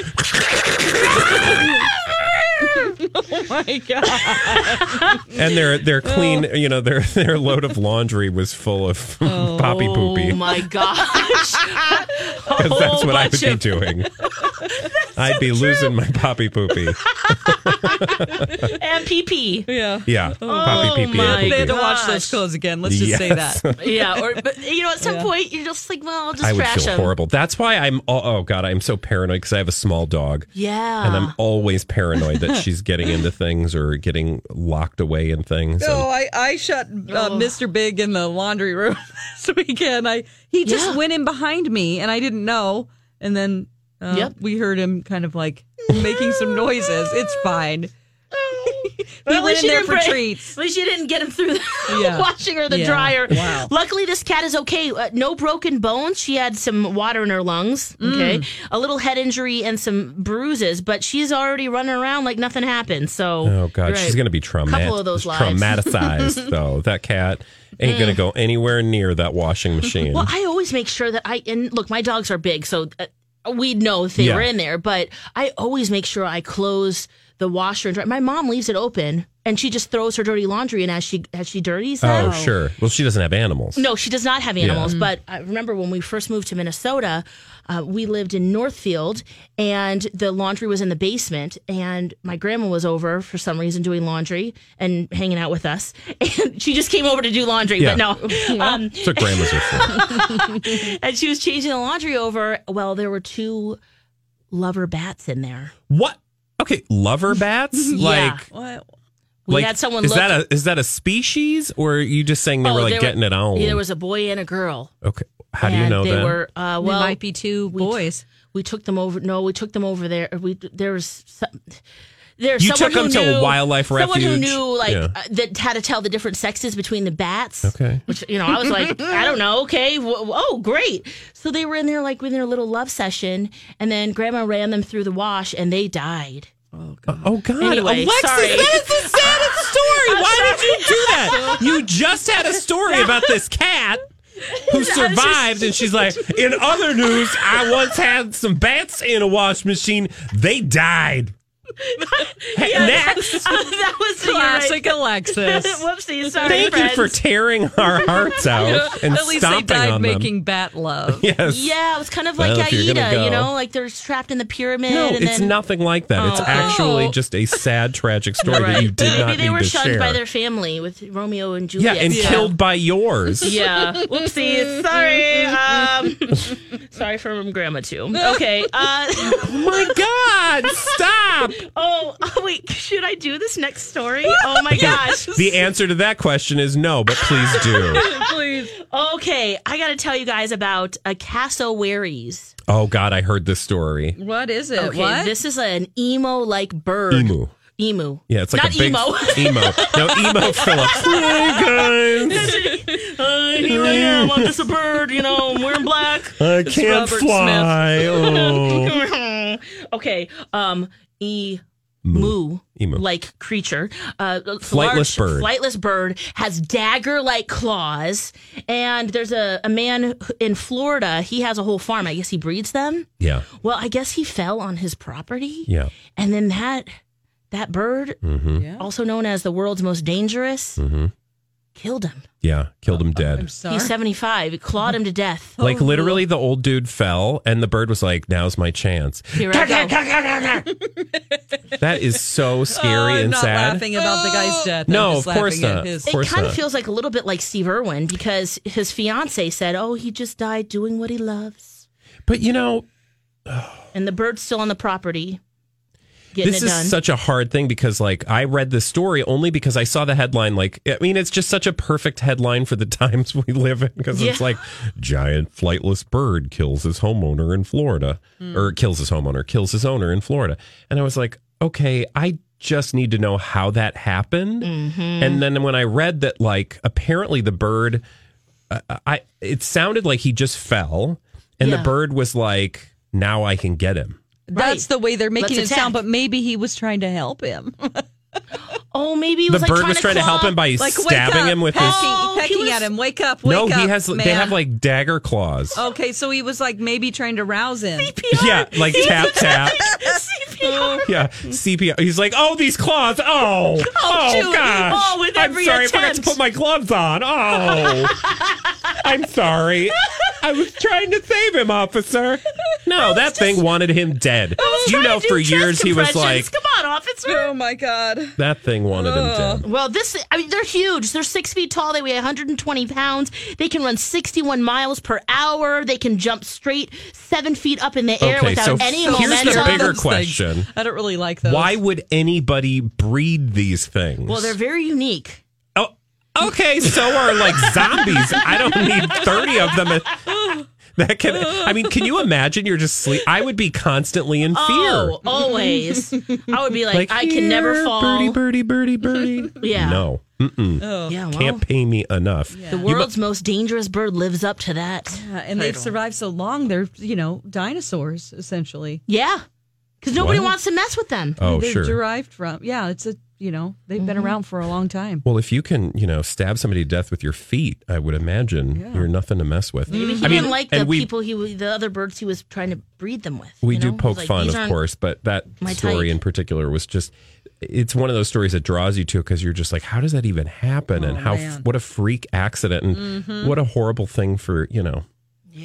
Speaker 4: My God.
Speaker 5: and their their clean you know their [LAUGHS] their load of laundry was full of [LAUGHS] poppy
Speaker 6: Oh
Speaker 5: poopy [LAUGHS]
Speaker 6: my gosh.
Speaker 5: because that's what I would
Speaker 6: bunch
Speaker 5: be
Speaker 6: of- [LAUGHS]
Speaker 5: doing. I'd be losing my poppy poopy.
Speaker 6: and PP.
Speaker 4: Yeah. Oh,
Speaker 5: Yeah, poppy pee pee.
Speaker 6: my
Speaker 5: air
Speaker 4: They had to
Speaker 5: poopy.
Speaker 4: wash those
Speaker 6: Gosh.
Speaker 4: clothes again. Let's just say
Speaker 5: Yes. [LAUGHS]
Speaker 4: that.
Speaker 6: Yeah. Or, but, you know, at some point, you're just like, well, I'll just
Speaker 5: I would
Speaker 6: trash
Speaker 5: feel
Speaker 6: them.
Speaker 5: horrible. That's why I'm. Oh, oh god, I'm so paranoid because I have a small dog.
Speaker 6: Yeah.
Speaker 5: And I'm always paranoid that she's getting into things or getting locked away in things.
Speaker 4: [LAUGHS]
Speaker 5: and-
Speaker 4: No, I, I shut uh,
Speaker 6: Oh.
Speaker 4: Mr. Big in the laundry [LAUGHS] room this weekend. I he just
Speaker 6: Yeah.
Speaker 4: went in behind me and I didn't know. And then Uh,
Speaker 6: Yep.
Speaker 4: We heard him kind of like making some noises. It's
Speaker 6: [LAUGHS]
Speaker 4: fine. we
Speaker 6: at
Speaker 4: went
Speaker 6: least
Speaker 4: in
Speaker 6: you
Speaker 4: there
Speaker 6: didn't
Speaker 4: for
Speaker 6: break-
Speaker 4: treats.
Speaker 6: At least you didn't get him through the [LAUGHS]
Speaker 4: Yeah.
Speaker 6: washing or the
Speaker 4: Yeah.
Speaker 6: dryer.
Speaker 4: Wow.
Speaker 6: Luckily, this cat is okay. Uh, no broken bones. She had some water in her lungs. Okay. A little head injury and some bruises, but she's already running around like nothing happened. So.
Speaker 5: Oh God,
Speaker 6: Right.
Speaker 5: she's gonna be traumatic.
Speaker 6: Couple of those lives. [LAUGHS]
Speaker 5: traumatized though. That cat ain't gonna go anywhere near that washing machine.
Speaker 6: Well, I always make sure that I and look, my dogs are big, so uh, we'd know if they
Speaker 5: Yeah.
Speaker 6: were in there. But I always make sure I close the washer and dryer. My mom leaves it open, and she just throws her dirty laundry in as she as she dirties them.
Speaker 5: oh sure. Well, she doesn't have animals.
Speaker 6: No, she does not have animals.
Speaker 5: Mm.
Speaker 6: But I remember when we first moved to Minnesota, uh, we lived in Northfield, and the laundry was in the basement. And my grandma was over for some reason doing laundry and hanging out with us. [LAUGHS] And she just came over to do laundry,
Speaker 5: Yeah.
Speaker 6: but no, um,
Speaker 5: That's what grandmas are for.
Speaker 6: [LAUGHS] and she was changing the laundry over. Well, there were two lover bats in there.
Speaker 5: What? Okay, lover bats. Like,
Speaker 4: What?
Speaker 6: we
Speaker 5: like
Speaker 6: had someone.
Speaker 5: Is
Speaker 6: look,
Speaker 5: that a is that a species, or are you just saying they
Speaker 6: Oh,
Speaker 5: were like
Speaker 6: there were-
Speaker 5: getting it on?
Speaker 6: Yeah, there was a boy and a girl.
Speaker 5: okay. How do you
Speaker 6: and
Speaker 5: know
Speaker 6: they
Speaker 5: that?
Speaker 6: Were, uh,
Speaker 4: Well,
Speaker 6: well,
Speaker 4: might be two
Speaker 6: we-
Speaker 4: boys.
Speaker 6: we took them over. No, we took them over there. We there was some, there's
Speaker 5: You
Speaker 6: someone
Speaker 5: took them
Speaker 6: who
Speaker 5: to a
Speaker 6: knew-
Speaker 5: wildlife refuge?
Speaker 6: Someone who knew like
Speaker 5: Yeah.
Speaker 6: uh, that how to tell the different sexes between the bats.
Speaker 5: Okay.
Speaker 6: Which you know, I was like, I don't know. Okay, w- w- oh great. So they were in there like with their little love session, and then Grandma ran them through the wash, and they died.
Speaker 5: Oh God,
Speaker 6: Anyway,
Speaker 5: Alexis,
Speaker 6: sorry.
Speaker 5: that is the saddest story.
Speaker 6: [LAUGHS] I'm
Speaker 5: Why did
Speaker 6: sorry.
Speaker 5: you do that? You just had a story about this
Speaker 6: [LAUGHS]
Speaker 5: cat who survived, and she's like, "In other news, I once had some bats in a wash machine. They
Speaker 6: [LAUGHS]
Speaker 5: died." Hey, Next,
Speaker 6: that
Speaker 4: [LAUGHS]
Speaker 6: was you're right. [LAUGHS]
Speaker 4: Classic Alexis.
Speaker 6: Whoopsie, sorry.
Speaker 5: thank you
Speaker 6: friends.
Speaker 5: for tearing our
Speaker 6: [LAUGHS]
Speaker 5: hearts [LAUGHS] out and
Speaker 4: At least they
Speaker 5: stomping
Speaker 4: died
Speaker 5: on
Speaker 4: making
Speaker 5: them.
Speaker 4: bat
Speaker 5: [LAUGHS]
Speaker 4: love. [LAUGHS]
Speaker 5: Yes.
Speaker 6: Yeah, it was kind of like
Speaker 5: Well, if you're gonna
Speaker 6: Aida,
Speaker 5: go-
Speaker 6: you know, like they're trapped in the pyramid.
Speaker 5: No,
Speaker 6: and
Speaker 5: it's
Speaker 6: then,
Speaker 5: nothing like that. It's
Speaker 6: Oh.
Speaker 5: actually just a sad, tragic story that you did
Speaker 6: Maybe
Speaker 5: not
Speaker 6: they
Speaker 5: need
Speaker 6: were
Speaker 5: to
Speaker 6: shunned
Speaker 5: share.
Speaker 6: by their family with Romeo and
Speaker 5: yeah,
Speaker 6: Juliet.
Speaker 5: and killed by yours.
Speaker 6: [LAUGHS] Yeah. Whoopsie. Sorry. Um, [LAUGHS] sorry from grandma too. Okay.
Speaker 5: [LAUGHS]
Speaker 6: Uh,
Speaker 5: Oh My God, stop!
Speaker 6: [LAUGHS] oh, oh, wait. Should I do this next story? Oh my gosh.
Speaker 5: The answer to that question is no, but please
Speaker 6: [LAUGHS]
Speaker 5: do.
Speaker 4: Please.
Speaker 6: Okay, I got to tell you guys about a cassowaries.
Speaker 5: oh God, I heard this story.
Speaker 4: What is it?
Speaker 6: Okay,
Speaker 4: what?
Speaker 6: this is an emo-like bird.
Speaker 5: Emu.
Speaker 6: Emu.
Speaker 5: Yeah, it's like
Speaker 6: not
Speaker 5: a big
Speaker 6: emo. [LAUGHS]
Speaker 5: emo. No, emo [LAUGHS] Phillips. Hey guys,
Speaker 6: Uh, here I am. I'm just a bird. You know, I'm wearing black.
Speaker 5: [LAUGHS] I can't
Speaker 4: Robert
Speaker 6: [LAUGHS]
Speaker 5: fly. Oh.
Speaker 6: okay. Um. E.
Speaker 5: Moo.
Speaker 6: Moo,
Speaker 5: Emu.
Speaker 6: like creature, uh, flightless
Speaker 5: bird.
Speaker 6: Flightless bird has dagger-like claws, and there's a, a man in Florida. He has a whole farm. I guess he breeds them.
Speaker 5: Yeah,
Speaker 6: Well, I guess he fell on his property.
Speaker 5: yeah.
Speaker 6: and then that that bird,
Speaker 5: Mm-hmm.
Speaker 4: Yeah.
Speaker 6: also known as the world's most dangerous,
Speaker 5: Mm-hmm.
Speaker 6: killed him.
Speaker 5: Yeah, killed him
Speaker 4: I'm
Speaker 5: dead.
Speaker 4: sorry.
Speaker 6: He's 75. It clawed him to death.
Speaker 5: Like literally, the old dude fell, and the bird was like, "Now's my chance."
Speaker 6: Here I go.
Speaker 5: [LAUGHS] That is so scary
Speaker 4: Oh, I'm
Speaker 5: and
Speaker 4: not
Speaker 5: sad.
Speaker 4: laughing about the guy's death.
Speaker 5: No,
Speaker 4: I'm
Speaker 5: of
Speaker 4: just
Speaker 5: course
Speaker 4: laughing at
Speaker 5: not.
Speaker 4: his-
Speaker 5: Of course
Speaker 6: it kind
Speaker 5: not.
Speaker 6: of feels like a little bit like Steve Irwin because his fiance said, "Oh, he just died doing what he loves,"
Speaker 5: But you know,
Speaker 6: and the bird's still on the property, getting
Speaker 5: this
Speaker 6: it
Speaker 5: is
Speaker 6: done.
Speaker 5: such a hard thing because like i read this story only because i saw the headline like i mean it's just such a perfect headline for the [LAUGHS] times we live in because it's
Speaker 6: Yeah.
Speaker 5: like giant flightless bird kills his homeowner in florida
Speaker 6: Hmm.
Speaker 5: or kills his homeowner kills his owner in florida and i was like okay i just need to know how that happened
Speaker 6: Mm-hmm.
Speaker 5: and then when i read that like apparently the bird uh, I it sounded like he just fell, and the
Speaker 6: Yeah.
Speaker 5: bird was like, "Now I can get him."
Speaker 4: That's the way they're making
Speaker 6: Let's
Speaker 4: it sound, but
Speaker 6: attack.
Speaker 4: maybe he was trying to help
Speaker 5: [LAUGHS]
Speaker 4: him.
Speaker 6: oh, maybe it
Speaker 5: The
Speaker 6: was like
Speaker 5: bird was trying to help
Speaker 6: claw-
Speaker 5: him by
Speaker 4: like wake
Speaker 5: stabbing
Speaker 4: up,
Speaker 5: him with his.
Speaker 4: pecking,
Speaker 6: Oh, he
Speaker 4: pecking
Speaker 6: was-
Speaker 4: at him. Wake up, wake
Speaker 5: No,
Speaker 4: up.
Speaker 5: he has.
Speaker 4: Man.
Speaker 5: They have like dagger claws. [LAUGHS]
Speaker 6: Oh,
Speaker 4: Okay, so he was like maybe trying to rouse him.
Speaker 5: Yeah, like tap
Speaker 6: [LAUGHS]
Speaker 5: tap.
Speaker 6: CPR.
Speaker 5: Yeah, CPR. He's like, oh, these claws. Oh, oh,
Speaker 6: shoot.
Speaker 5: gosh.
Speaker 6: Oh, with
Speaker 5: I'm
Speaker 6: every
Speaker 5: sorry, I forgot to
Speaker 6: attempt.
Speaker 5: put my gloves on.
Speaker 6: [LAUGHS]
Speaker 5: Oh, I'm sorry. I was trying to save him, officer. No, that thing wanted him dead. You
Speaker 6: Trying
Speaker 5: know,
Speaker 6: to do
Speaker 5: for
Speaker 6: chest
Speaker 5: years he was like,
Speaker 6: compressions. "Come on, officer."
Speaker 4: Oh my god.
Speaker 5: that thing wanted him dead.
Speaker 6: Well, this, I mean, they're huge. They're six feet tall. They weigh 120 pounds. They can run 61 miles per hour. They can jump straight seven feet up in the air
Speaker 5: Okay,
Speaker 6: without
Speaker 5: so
Speaker 6: any
Speaker 5: here's the
Speaker 6: momentum.
Speaker 5: bigger
Speaker 4: Those things.
Speaker 5: question.
Speaker 4: I don't really like those.
Speaker 5: Why would anybody breed these things?
Speaker 6: well, they're very unique.
Speaker 5: oh, okay. So are like zombies. I don't need thirty of them. That can. I mean, can you imagine? You're just sleep. I would be constantly in fear.
Speaker 6: Oh,
Speaker 5: [LAUGHS]
Speaker 6: always. I would be like,
Speaker 5: Like,
Speaker 6: I can never
Speaker 5: "Here,
Speaker 6: fall.
Speaker 5: birdie, birdie, birdie, birdie.
Speaker 6: [LAUGHS] Yeah.
Speaker 5: No. Mm-mm.
Speaker 6: Oh. Yeah, well,
Speaker 5: Can't pay me enough.
Speaker 6: The world's most dangerous bird lives up to that.
Speaker 9: Yeah, and they've survived so long. They're you know dinosaurs essentially.
Speaker 6: Yeah, because nobody
Speaker 5: What?
Speaker 6: wants to mess with them.
Speaker 5: Oh,
Speaker 9: they're
Speaker 5: sure.
Speaker 9: derived from. Yeah, it's a you know
Speaker 4: Mm-hmm.
Speaker 9: they've been around for a long time.
Speaker 5: Well, if you can, you know, stab somebody to death with your feet, I would imagine you're nothing to mess with.
Speaker 6: Maybe he
Speaker 5: I mean,
Speaker 6: didn't like
Speaker 5: and
Speaker 6: the
Speaker 5: we,
Speaker 6: people he was, the other birds he was trying to breed them with.
Speaker 5: We
Speaker 6: you
Speaker 5: do
Speaker 6: know?
Speaker 5: poke
Speaker 6: Like,
Speaker 5: fun,
Speaker 6: these
Speaker 5: of
Speaker 6: aren't-
Speaker 5: course, but that
Speaker 6: my
Speaker 5: story
Speaker 6: type.
Speaker 5: in particular was just. It's one of those stories that draws you to because you're just like, how does that even happen?
Speaker 6: Oh,
Speaker 5: and how,
Speaker 9: man.
Speaker 5: what a freak accident and
Speaker 6: Mm-hmm.
Speaker 5: what a horrible thing for, you know,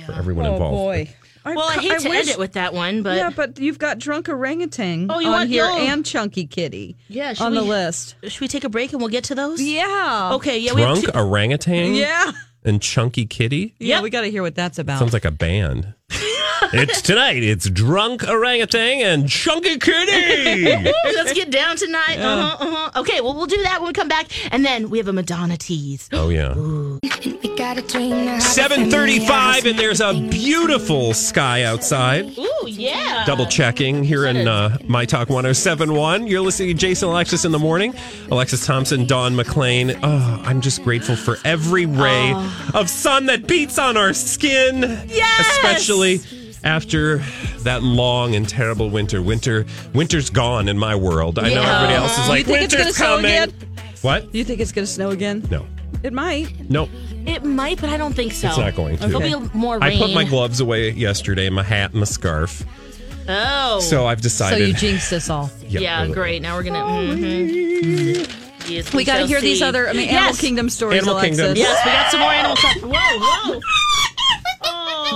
Speaker 5: for everyone
Speaker 4: Oh,
Speaker 9: Oh,
Speaker 5: involved.
Speaker 6: Well, I hate to end it with that one, but
Speaker 9: yeah, but you've got drunk orangutan
Speaker 6: Oh, you
Speaker 9: on
Speaker 6: want-
Speaker 9: here
Speaker 6: you'll-
Speaker 9: and chunky kitty.
Speaker 6: yeah, should
Speaker 9: on the
Speaker 6: we-
Speaker 9: list.
Speaker 6: Should we take a break and we'll get to those?
Speaker 9: Yeah.
Speaker 6: Okay. Yeah. We
Speaker 5: Drunk
Speaker 6: have two-
Speaker 5: orangutan
Speaker 9: Yeah.
Speaker 5: and chunky kitty.
Speaker 9: Yeah, we got to hear what that's about.
Speaker 5: Sounds like a
Speaker 6: [LAUGHS]
Speaker 5: band. it's tonight. It's drunk orangutan and chunky kitty.
Speaker 6: [LAUGHS] Let's get down tonight. Uh-huh, uh-huh. Okay. Well, we'll do that when we come back, and then we have a Madonna tease.
Speaker 5: oh yeah. 7:35 and there's a beautiful sky outside.
Speaker 6: Ooh, yeah.
Speaker 5: Double checking here in uh, My Talk 1071. You're listening to Jason Alexis in the morning. Alexis Thompson, Dawn McLean. Oh, I'm just grateful for every ray of sun that beats on our skin.
Speaker 6: Yes!
Speaker 5: Especially after that long and terrible winter. Winter winter's gone in my world. I know
Speaker 9: Yeah.
Speaker 5: everybody else is
Speaker 9: You
Speaker 5: like
Speaker 9: think it's
Speaker 5: winter's
Speaker 9: gonna snow
Speaker 5: coming. What?
Speaker 9: You think it's going to snow again?
Speaker 5: No.
Speaker 9: It might.
Speaker 5: Nope.
Speaker 6: It might, but I don't think so.
Speaker 5: It's not going to.
Speaker 6: There'll be more rain.
Speaker 5: I put my gloves away yesterday, my hat, and my scarf.
Speaker 6: Oh.
Speaker 5: So I've
Speaker 9: So
Speaker 5: decided.
Speaker 9: you jinxed us all.
Speaker 5: Yeah,
Speaker 6: yeah,
Speaker 5: really.
Speaker 6: great. Now we're gonna. mhm. Yes,
Speaker 9: We got to
Speaker 6: shall
Speaker 9: hear these
Speaker 6: see.
Speaker 9: other I mean, Animal
Speaker 6: Yes.
Speaker 9: Kingdom stories,
Speaker 5: Animal
Speaker 9: Alexis.
Speaker 5: Kingdom.
Speaker 6: Yes, we got some more animal stuff. Whoa, whoa.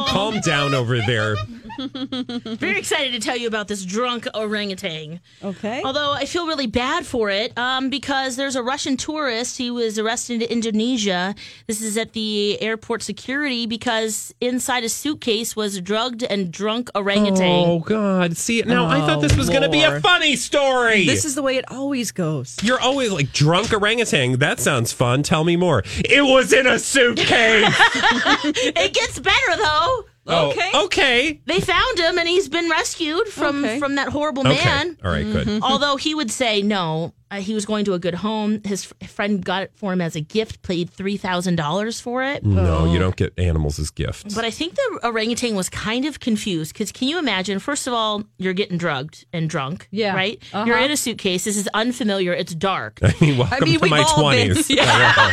Speaker 5: [LAUGHS] Calm down over there.
Speaker 6: Very excited to tell you about this drunk orangutan.
Speaker 9: Okay.
Speaker 6: Although I feel really bad for it um, because there's a Russian tourist. He was arrested in Indonesia. This is at the airport security because inside a suitcase was a drugged and drunk orangutan.
Speaker 5: Oh God! See, now I thought this was going to be a
Speaker 9: Oh, Lord.
Speaker 5: funny story.
Speaker 9: This is the way it always goes.
Speaker 5: You're always like drunk orangutan. That sounds fun. Tell me more. It was in a suitcase.
Speaker 6: [LAUGHS] It gets better though.
Speaker 5: Oh,
Speaker 9: Okay.
Speaker 5: Okay.
Speaker 6: They found him and he's been rescued from
Speaker 9: Okay.
Speaker 6: from that horrible
Speaker 5: Okay.
Speaker 6: man.
Speaker 5: All right.
Speaker 9: Mm-hmm.
Speaker 5: Good.
Speaker 6: Although he would say no, uh, he was going to a good home. His f- friend got it for him as a gift, paid three thousand dollars for it.
Speaker 5: No, you don't get animals as gifts.
Speaker 6: Oh.
Speaker 5: [LAUGHS]
Speaker 6: But I think the orangutan was kind of confused because can you imagine? First of all, you're getting drugged and drunk.
Speaker 9: Yeah.
Speaker 6: Right?
Speaker 9: Uh-huh.
Speaker 6: You're in a suitcase. This is unfamiliar. It's dark.
Speaker 5: I mean, welcome
Speaker 9: mean,
Speaker 5: to my
Speaker 9: we've all been-
Speaker 6: [LAUGHS]
Speaker 5: twenties.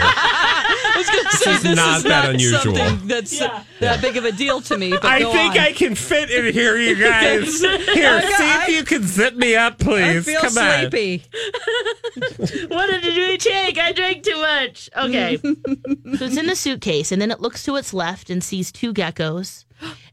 Speaker 9: I was going to say
Speaker 5: is not that unusual.
Speaker 9: something that's uh, that big of a deal to me. But
Speaker 5: I
Speaker 9: go
Speaker 5: think
Speaker 9: on.
Speaker 5: I can fit in here, you guys.
Speaker 6: [LAUGHS]
Speaker 5: Here, see if you can zip me up,
Speaker 9: I
Speaker 5: please.
Speaker 9: feel
Speaker 5: Come
Speaker 9: sleepy.
Speaker 6: what did you take? I drank too much. Okay. [LAUGHS] so it's in the suitcase, and then it looks to its left and sees two geckos,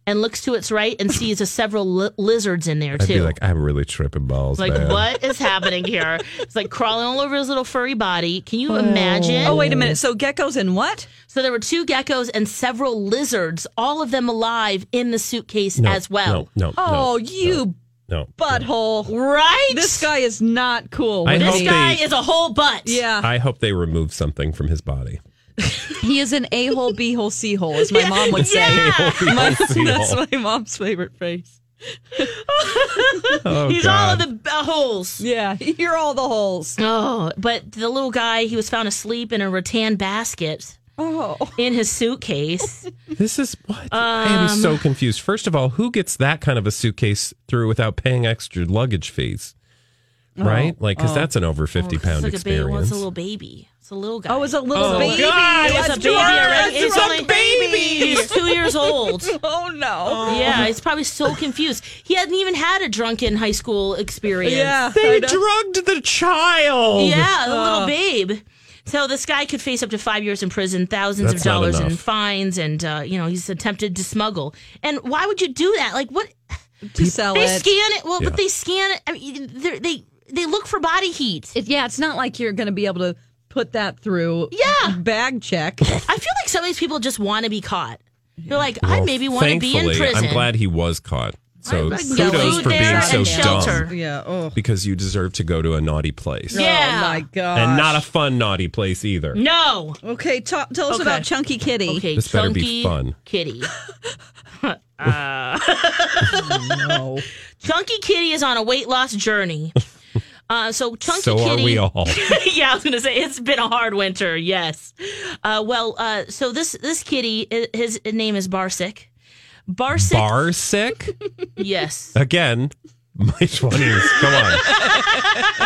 Speaker 6: and looks to its right and sees a several li- lizards in there
Speaker 5: on. I'd
Speaker 6: too.
Speaker 5: be like, I'm really tripping balls,
Speaker 6: It's like,
Speaker 5: man.
Speaker 6: what is happening here? It's like crawling all over his little furry body. Can you imagine?
Speaker 9: Oh wait a minute. So geckos and what?
Speaker 6: So there were two geckos and several lizards, all of them alive in the suitcase
Speaker 5: No,
Speaker 6: as well.
Speaker 5: No, no.
Speaker 9: Oh,
Speaker 5: no,
Speaker 9: you
Speaker 5: no.
Speaker 9: butthole!
Speaker 6: Right?
Speaker 9: This guy is not cool.
Speaker 5: I
Speaker 9: with
Speaker 5: hope
Speaker 6: This
Speaker 9: me.
Speaker 6: guy
Speaker 5: they-
Speaker 6: is a whole butt.
Speaker 9: yeah,
Speaker 5: I hope they remove something from his body.
Speaker 9: [LAUGHS] he is an a hole, b hole, c hole, as my mom would
Speaker 5: [LAUGHS]
Speaker 9: say. [LAUGHS] My- that's my mom's favorite phrase.
Speaker 5: Oh,
Speaker 6: He's all
Speaker 5: God.
Speaker 6: of the uh,
Speaker 9: Oh.
Speaker 6: holes.
Speaker 9: Yeah, you're all the holes.
Speaker 6: Oh, but the little guy, he was found asleep in a rattan basket
Speaker 9: Oh,
Speaker 6: in his suitcase.
Speaker 5: This is what I am so confused. First of all, who gets that kind of a suitcase through without paying extra luggage fees? Right? Like, because that's an over fifty
Speaker 6: It's
Speaker 5: pound
Speaker 6: like a baby. Well,
Speaker 5: experience.
Speaker 6: it's a little baby. It's a little guy.
Speaker 9: oh, it's a little baby.
Speaker 5: God,
Speaker 6: It's
Speaker 9: That's
Speaker 6: a baby
Speaker 9: worse.
Speaker 6: already.
Speaker 9: It's
Speaker 6: It's
Speaker 9: a
Speaker 6: only-
Speaker 9: baby.
Speaker 6: He's two years old.
Speaker 9: [LAUGHS] Oh no.
Speaker 6: Yeah, he's probably so confused. He hadn't even had a drunken high school experience.
Speaker 9: Yeah,
Speaker 5: they
Speaker 9: I know.
Speaker 5: drugged the child.
Speaker 6: Yeah, the little Oh, babe. So this guy could face up to five years in prison, thousands
Speaker 5: That's
Speaker 6: of
Speaker 5: not
Speaker 6: dollars in
Speaker 5: enough.
Speaker 6: fines, and uh, you know he's attempted to smuggle. And why would you do that? Like what?
Speaker 9: to sell
Speaker 6: They
Speaker 9: it.
Speaker 6: scan it. Well,
Speaker 5: Yeah.
Speaker 6: but they scan it. I mean, they're- they they look for body heat.
Speaker 9: It- yeah, it's not like you're going to be able to put that through.
Speaker 6: Yeah.
Speaker 9: bag check.
Speaker 6: I feel like some of these people just want to be caught. They're like, I maybe want to be in
Speaker 5: Thankfully,
Speaker 6: prison.
Speaker 5: I'm glad he was caught. So
Speaker 4: I- I can go
Speaker 5: kudos
Speaker 4: eat
Speaker 5: for being
Speaker 4: there
Speaker 5: so
Speaker 4: and shelter.
Speaker 5: dumb.
Speaker 4: Yeah, oh.
Speaker 5: Because you deserve to go to a naughty place.
Speaker 4: Yeah. Oh, my gosh.
Speaker 5: And not a fun naughty place either.
Speaker 6: No.
Speaker 4: Okay, ta- tell us
Speaker 6: Okay.
Speaker 4: about Chunky Kitty.
Speaker 6: Okay,
Speaker 5: This better be
Speaker 6: Chunky
Speaker 5: fun.
Speaker 6: Kitty. uh, Chunky Kitty is on a weight
Speaker 5: [LAUGHS]
Speaker 6: loss journey. Uh, so Chunky
Speaker 5: So
Speaker 6: Kitty.
Speaker 5: are we all.
Speaker 6: yeah, I was gonna say it's been a hard winter. Yes. Uh, well, uh, so this this kitty, i- his name is Barsic. Barsic.
Speaker 5: Bar sick?
Speaker 6: yes.
Speaker 5: Again, my 20s. Come on.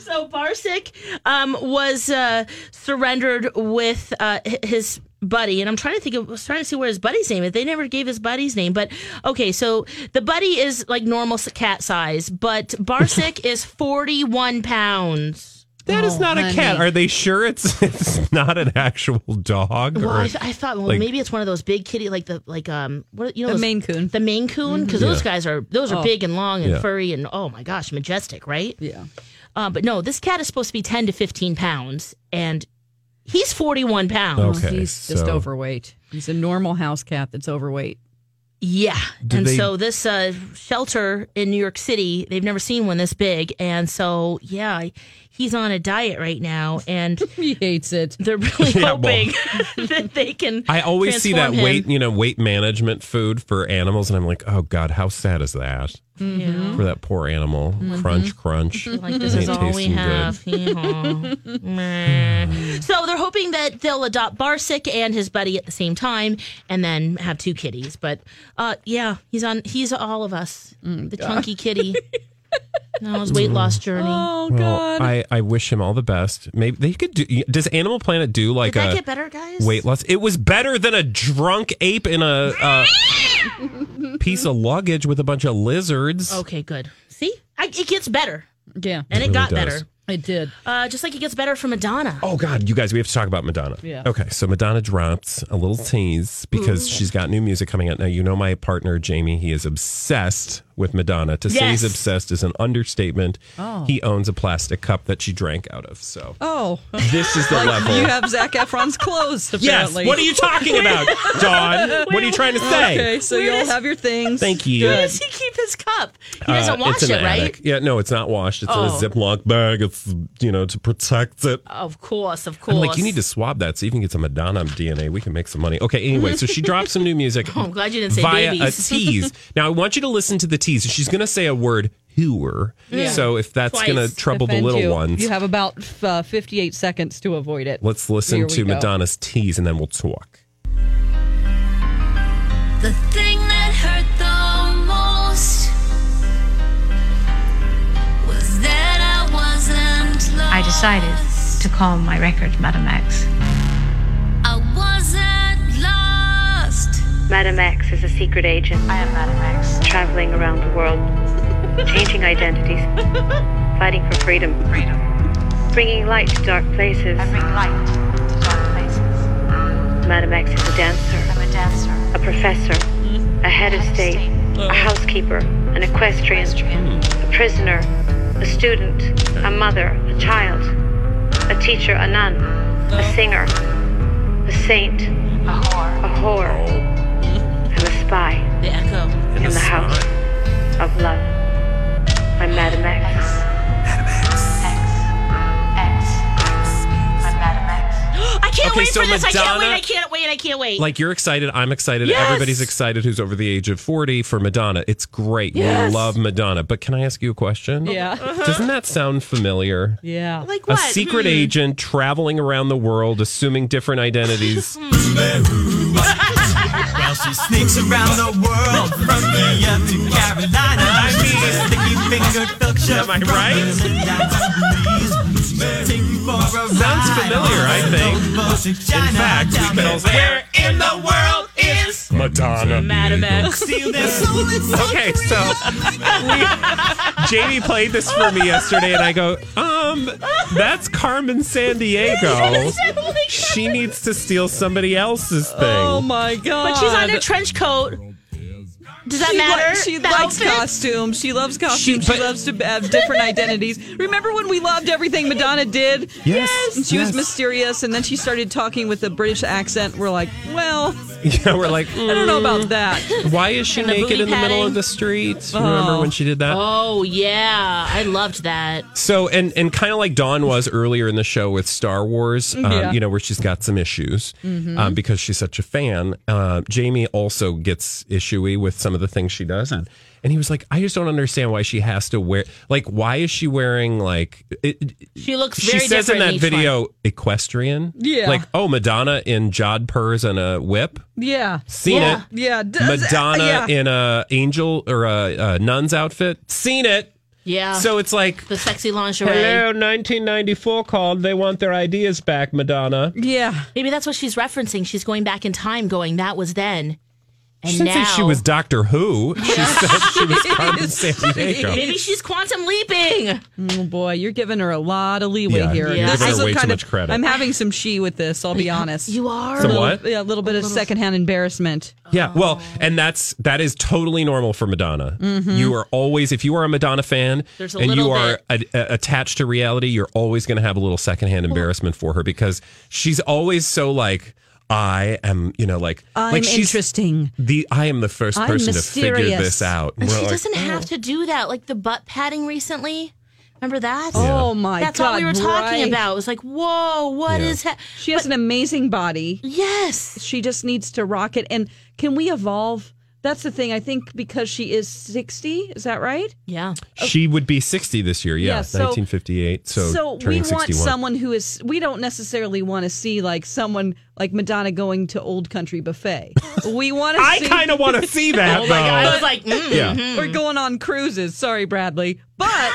Speaker 6: So Barsic um, was uh, surrendered with uh, h- his buddy, and I'm trying to think. Of, I was trying to see where his buddy's name is. They never gave his buddy's name, but okay. So the buddy is like normal s- cat size, but [LAUGHS] Barsic is 41 pounds.
Speaker 5: That
Speaker 6: Oh,
Speaker 5: is not a cat. Are they sure it's [LAUGHS] it's not an actual dog?
Speaker 6: Well,
Speaker 5: or-
Speaker 6: I, th- I thought well
Speaker 5: like-
Speaker 6: maybe it's one of those big kitty like the like um what you know
Speaker 4: The
Speaker 6: those-
Speaker 4: Maine Coon.
Speaker 6: the Maine Coon because those
Speaker 5: Yeah.
Speaker 6: guys are those are
Speaker 4: Oh.
Speaker 6: big and long and
Speaker 5: Yeah.
Speaker 6: furry and oh my gosh majestic right
Speaker 4: yeah
Speaker 6: uh, but no this cat is supposed to be ten to fifteen pounds and he's forty one pounds
Speaker 5: Okay,
Speaker 4: he's just
Speaker 5: so-
Speaker 4: overweight. He's a normal house cat that's overweight.
Speaker 6: yeah
Speaker 5: Did
Speaker 6: and
Speaker 5: they- [LAUGHS]
Speaker 6: so this uh, shelter in New York City they've never seen one this big and so yeah he's on a diet right now and [LAUGHS]
Speaker 4: He hates it.
Speaker 6: they're really
Speaker 5: Yeah, well-
Speaker 6: hoping that they can
Speaker 5: I always see that
Speaker 6: transform him.
Speaker 5: weight, you know, weight management food for animals, and I'm like, oh god, how sad is that
Speaker 6: Yeah.
Speaker 5: for that poor animal? Crunch, crunch.
Speaker 6: Mm-hmm. Like this
Speaker 5: Ain't
Speaker 6: is all we
Speaker 5: tasting good.
Speaker 6: have. Hee-haw. Meh. [LAUGHS] so they're hoping that they'll adopt Barsic and his buddy at the same time, and then have two kitties. But uh, yeah, he's on. He's all of us. the chunky kitty. on his weight loss journey.
Speaker 4: Oh
Speaker 5: Well, I, I wish him all the best. Maybe they could do. Does Animal Planet do like
Speaker 6: Did that
Speaker 5: a
Speaker 6: get better, guys?
Speaker 5: weight loss? It was better than a drunk ape in a,
Speaker 6: [LAUGHS]
Speaker 5: uh piece of luggage with a bunch of lizards.
Speaker 6: Okay, good. See, I, it gets better,
Speaker 4: Yeah,
Speaker 6: and it,
Speaker 5: really
Speaker 6: got
Speaker 5: does.
Speaker 6: better.
Speaker 4: it did.
Speaker 6: Uh, just like it gets better for Madonna.
Speaker 5: Oh God, you guys, we have to talk about Madonna.
Speaker 4: Yeah.
Speaker 5: Okay, so Madonna dropped a little tease because she's got new music coming out. Now you know my partner Jamie, he is obsessed with Madonna. To say he's
Speaker 6: Yes. Oh.
Speaker 5: obsessed is an understatement. He owns a plastic cup that she drank out of. So
Speaker 4: Oh,
Speaker 5: this
Speaker 6: [LAUGHS]
Speaker 5: is the level.
Speaker 4: you have Zach Efron's clothes.
Speaker 5: yes.
Speaker 4: Apparently.
Speaker 5: What are you
Speaker 6: [LAUGHS]
Speaker 5: talking about, Dawn? What are you trying to say?
Speaker 4: Okay, so you'll have your things.
Speaker 5: Thank you.
Speaker 6: Where does he keep his cup? He
Speaker 5: Uh,
Speaker 6: doesn't wash
Speaker 5: it's
Speaker 6: it,
Speaker 5: in the
Speaker 6: right? Oh.
Speaker 5: attic. Yeah, no, it's not washed. It's in a Ziploc bag. It's you know to protect it.
Speaker 6: Of course, of course.
Speaker 5: I'm like, you need to swab that so you can get some Madonna DNA. We can make some money. Okay, anyway, so she dropped some new music.
Speaker 6: [LAUGHS] Oh, I'm glad you didn't say
Speaker 5: via
Speaker 6: babies. [LAUGHS]
Speaker 5: a tease. now I want you to listen to the tease. She's going to say a word hooer. So if that's
Speaker 6: Twice.
Speaker 5: going to trouble the
Speaker 4: Offend
Speaker 5: little
Speaker 4: you.
Speaker 5: ones,
Speaker 4: You have about uh, 58 seconds to avoid it.
Speaker 5: let's listen
Speaker 4: Here we
Speaker 5: to
Speaker 4: go.
Speaker 5: Madonna's tease and then we'll talk.
Speaker 10: The thing that hurt the most was that I wasn't lost. I decided to call my record Madam X. I wasn't lost.
Speaker 11: Madam X is a secret agent. I am Madam X. Traveling around the world, changing identities, fighting for freedom. Freedom. Bringing light to dark places. I bring light to dark places. Madam X is a dancer. I'm a dancer. A professor. A head of state. A housekeeper. An equestrian. A prisoner. A student. A mother. A child. A teacher. A nun. A singer. A saint. A whore. A whore. I'm a spy
Speaker 6: the echo.
Speaker 11: in, the house of love. I'm Madam X.
Speaker 6: I can't
Speaker 5: Okay,
Speaker 6: wait
Speaker 5: so
Speaker 6: for this.
Speaker 5: Madonna-
Speaker 6: I can't wait. I can't wait. I can't wait. [LAUGHS]
Speaker 5: Like [LAUGHS] you're excited, I'm excited,
Speaker 6: Yes!
Speaker 5: everybody's excited who's over the age of 40 for Madonna. It's great.
Speaker 4: Yes.
Speaker 5: We love Madonna. But can I ask you a question? [LAUGHS]
Speaker 4: Yeah.
Speaker 5: Doesn't that sound familiar?
Speaker 4: Yeah. [LAUGHS]
Speaker 6: like
Speaker 5: A
Speaker 6: what?
Speaker 5: secret
Speaker 6: Hmm.
Speaker 5: agent traveling around the world, assuming different identities.
Speaker 12: Well, she sneaks around the world from India to Carolina. I mean, sticky fingered filcher.
Speaker 5: Am I right?
Speaker 12: Sounds
Speaker 5: familiar, I think. In fact, we could also-
Speaker 12: Where in the world is
Speaker 5: Madonna.
Speaker 6: Madam X.
Speaker 12: See their soul is so
Speaker 5: Okay, so Jamie played this for me yesterday, and I go, um, that's Carmen San Diego. She needs to steal somebody else's thing.
Speaker 4: Oh my god.
Speaker 6: But she's on her trench coat. Does that
Speaker 4: She li-
Speaker 6: matter?
Speaker 4: she
Speaker 6: The
Speaker 4: likes
Speaker 6: outfit?
Speaker 4: costumes. She loves costumes. She,
Speaker 5: but-
Speaker 4: loves to have different identities. Remember when we loved everything Madonna did?
Speaker 5: Yes,
Speaker 4: And she was
Speaker 5: yes.
Speaker 4: mysterious, and then she started talking with a British accent. We're like, well,
Speaker 5: [LAUGHS] Yeah, we're like,
Speaker 4: I don't know about that.
Speaker 5: [LAUGHS] Why is she
Speaker 6: And the
Speaker 5: naked
Speaker 6: booty
Speaker 5: in the middle
Speaker 6: padding.
Speaker 5: of the street? Remember when she did that?
Speaker 6: Oh yeah, I loved that.
Speaker 5: So and and kind of like Dawn was earlier in the show with Star Wars, um,
Speaker 6: Mm-hmm. Yeah.
Speaker 5: you know, where she's got some issues
Speaker 6: Mhm.
Speaker 5: um, because she's such a fan. Uh, Jamie also gets issuey with some of the things she does, and and he was like, I just don't understand why she has to wear like why is she wearing like it, it-
Speaker 6: She looks
Speaker 5: she
Speaker 6: very
Speaker 5: says in
Speaker 6: different
Speaker 5: that
Speaker 6: each
Speaker 5: video
Speaker 6: one.
Speaker 5: equestrian,
Speaker 4: Yeah.
Speaker 5: like oh Madonna in jodhpurs and a whip.
Speaker 4: Yeah.
Speaker 5: Seen
Speaker 4: yeah.
Speaker 5: it.
Speaker 4: Yeah. does-
Speaker 6: uh,
Speaker 5: Madonna
Speaker 4: yeah.
Speaker 5: in a angel or a, a nun's outfit. Seen it.
Speaker 6: Yeah.
Speaker 5: So it's like
Speaker 6: the sexy lingerie.
Speaker 5: Hello, 1994 called. They want their ideas back, Madonna.
Speaker 4: Yeah.
Speaker 6: Maybe that's what she's referencing. She's going back in time, going that was then, and
Speaker 5: she didn't
Speaker 6: now
Speaker 5: say she was Doctor Who. She said she
Speaker 6: [LAUGHS]
Speaker 5: was Carmen
Speaker 6: Maybe
Speaker 5: Sandiego.
Speaker 6: she's quantum leaping.
Speaker 4: Oh boy, you're giving her a lot of leeway
Speaker 5: Yeah,
Speaker 4: here.
Speaker 5: you're giving her
Speaker 4: the
Speaker 5: way too
Speaker 4: kind
Speaker 5: much credit.
Speaker 4: I'm having some she with this. I'll be honest. You
Speaker 6: are
Speaker 5: Some
Speaker 4: a little,
Speaker 5: what?
Speaker 4: Yeah, a little bit of secondhand embarrassment.
Speaker 5: Yeah, well, and that's that is totally normal for Madonna.
Speaker 4: Mhm.
Speaker 5: You are always, if you are a Madonna fan
Speaker 4: There's a
Speaker 5: and you
Speaker 4: little
Speaker 5: are a, a- attached to reality, you're always going to have a little secondhand embarrassment for her because she's always so like, I am, you know, like,
Speaker 4: I'm
Speaker 5: like she's
Speaker 4: interesting.
Speaker 5: the I am the 1st
Speaker 4: I'm
Speaker 5: person to figure
Speaker 4: mysterious.
Speaker 5: this out.
Speaker 6: And
Speaker 5: We're
Speaker 6: she
Speaker 5: like,
Speaker 6: doesn't have to do that. Like the butt padding recently. Remember that?
Speaker 4: Yeah. Oh, my
Speaker 6: That's what we were
Speaker 4: God,
Speaker 6: talking
Speaker 4: right.
Speaker 6: about. It was like, whoa, what is
Speaker 4: Yeah.
Speaker 6: ha-
Speaker 4: She has an amazing body.
Speaker 6: Yes.
Speaker 4: She just needs to rock it. And can we evolve? That's the thing. I think because she is 60, is that right?
Speaker 6: Yeah.
Speaker 5: She would be 60 this year. Yeah,
Speaker 4: Yeah, so-
Speaker 5: 1958. So,
Speaker 4: we
Speaker 5: turning
Speaker 4: want
Speaker 5: 61.
Speaker 4: someone who is we don't necessarily want to see like someone like Madonna going to old country
Speaker 5: [LAUGHS]
Speaker 4: buffet. We want to
Speaker 5: I
Speaker 4: see [LAUGHS]
Speaker 5: kinda wanna see that, Oh my God, I was though. like, mm, Yeah. mhm.
Speaker 4: we're going on cruises. Sorry, Bradley.
Speaker 5: [LAUGHS]
Speaker 4: But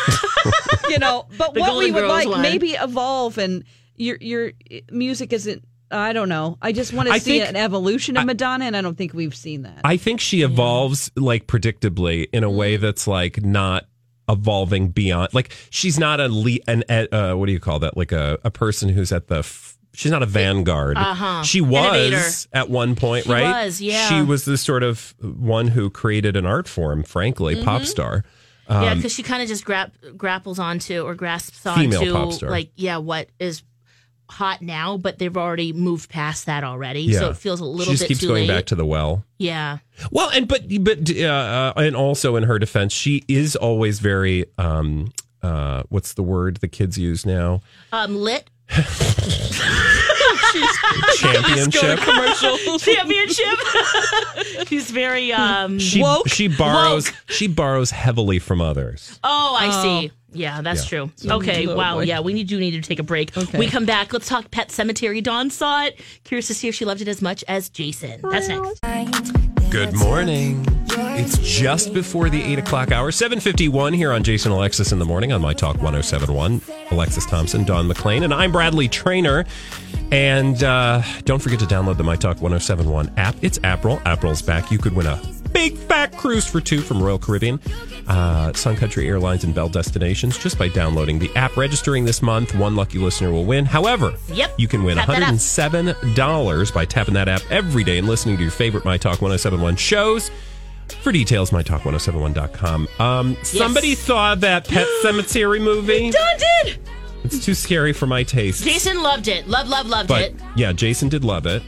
Speaker 4: you know, but
Speaker 6: The
Speaker 4: what we
Speaker 6: Golden
Speaker 4: would
Speaker 6: Girls
Speaker 4: like
Speaker 6: one.
Speaker 4: maybe evolve and your your music isn't I don't know. I just want to
Speaker 5: I
Speaker 4: see
Speaker 5: think-
Speaker 4: an evolution of Madonna and I don't think we've seen that.
Speaker 5: I think she evolves like predictably in a way
Speaker 6: Mm-hmm.
Speaker 5: that's like not evolving beyond. Like she's not a le- an uh, what do you call that? Like a, a person who's at the. F- she's not a vanguard.
Speaker 6: Uh-huh.
Speaker 5: She was
Speaker 6: Innovator.
Speaker 5: at one point,
Speaker 6: She
Speaker 5: right?
Speaker 6: was, yeah.
Speaker 5: She was the sort of one who created an art form. Frankly, pop
Speaker 6: Mhm.
Speaker 5: star.
Speaker 6: yeah,
Speaker 5: Um,
Speaker 6: because she kind of just grap- grapples onto or grasps
Speaker 5: Female
Speaker 6: onto
Speaker 5: pop star.
Speaker 6: like yeah, what is hot now, but they've already moved past that already. So it feels a little
Speaker 5: She just
Speaker 6: bit
Speaker 5: keeps
Speaker 6: too
Speaker 5: going
Speaker 6: late.
Speaker 5: back to the well.
Speaker 6: yeah.
Speaker 5: Well, and but but uh, uh, and also in her defense, she is always very um uh what's the word the kids use now?
Speaker 6: Um lit [LAUGHS] [LAUGHS]
Speaker 5: Championship.
Speaker 6: Championship. [LAUGHS] She's very um
Speaker 5: She
Speaker 6: woke.
Speaker 5: she borrows
Speaker 6: Woke.
Speaker 5: she borrows heavily from others.
Speaker 6: Oh, I
Speaker 4: Oh.
Speaker 6: see. Yeah, that's
Speaker 5: Yeah.
Speaker 6: true.
Speaker 5: So-
Speaker 6: okay,
Speaker 5: Oh,
Speaker 6: wow.
Speaker 5: boy.
Speaker 6: Yeah, we need do need to take a break.
Speaker 5: Okay.
Speaker 6: We come back. Let's talk Pet Cemetery. Dawn saw it. Curious to see if she loved it as much as Jason. That's next.
Speaker 5: Good morning. It's just before the eight o'clock hour, seven fifty one here on Jason Alexis in the morning on my talk one oh seven one. Alexis Thompson, Don McLean, and I'm Bradley Trainer. And uh, don't forget to download the My Talk 1071 app. It's April. April's back. You could win a big fat cruise for two from Royal Caribbean, uh, Sun Country Airlines, and Bell Destinations just by downloading the app. Registering this month, one lucky listener will win. However,
Speaker 6: Yep.
Speaker 5: you can win
Speaker 6: Tap that app.
Speaker 5: $107 by tapping that app every day and listening to your favorite My Talk 1071 shows. For details, mytalk1071.com. Um, Somebody saw that
Speaker 6: [GASPS]
Speaker 5: Pet Cemetery movie.
Speaker 6: Dawn did.
Speaker 5: It's too scary for my taste.
Speaker 6: Jason loved it. Love, love, loved
Speaker 5: but
Speaker 6: it.
Speaker 5: yeah, Jason did love it.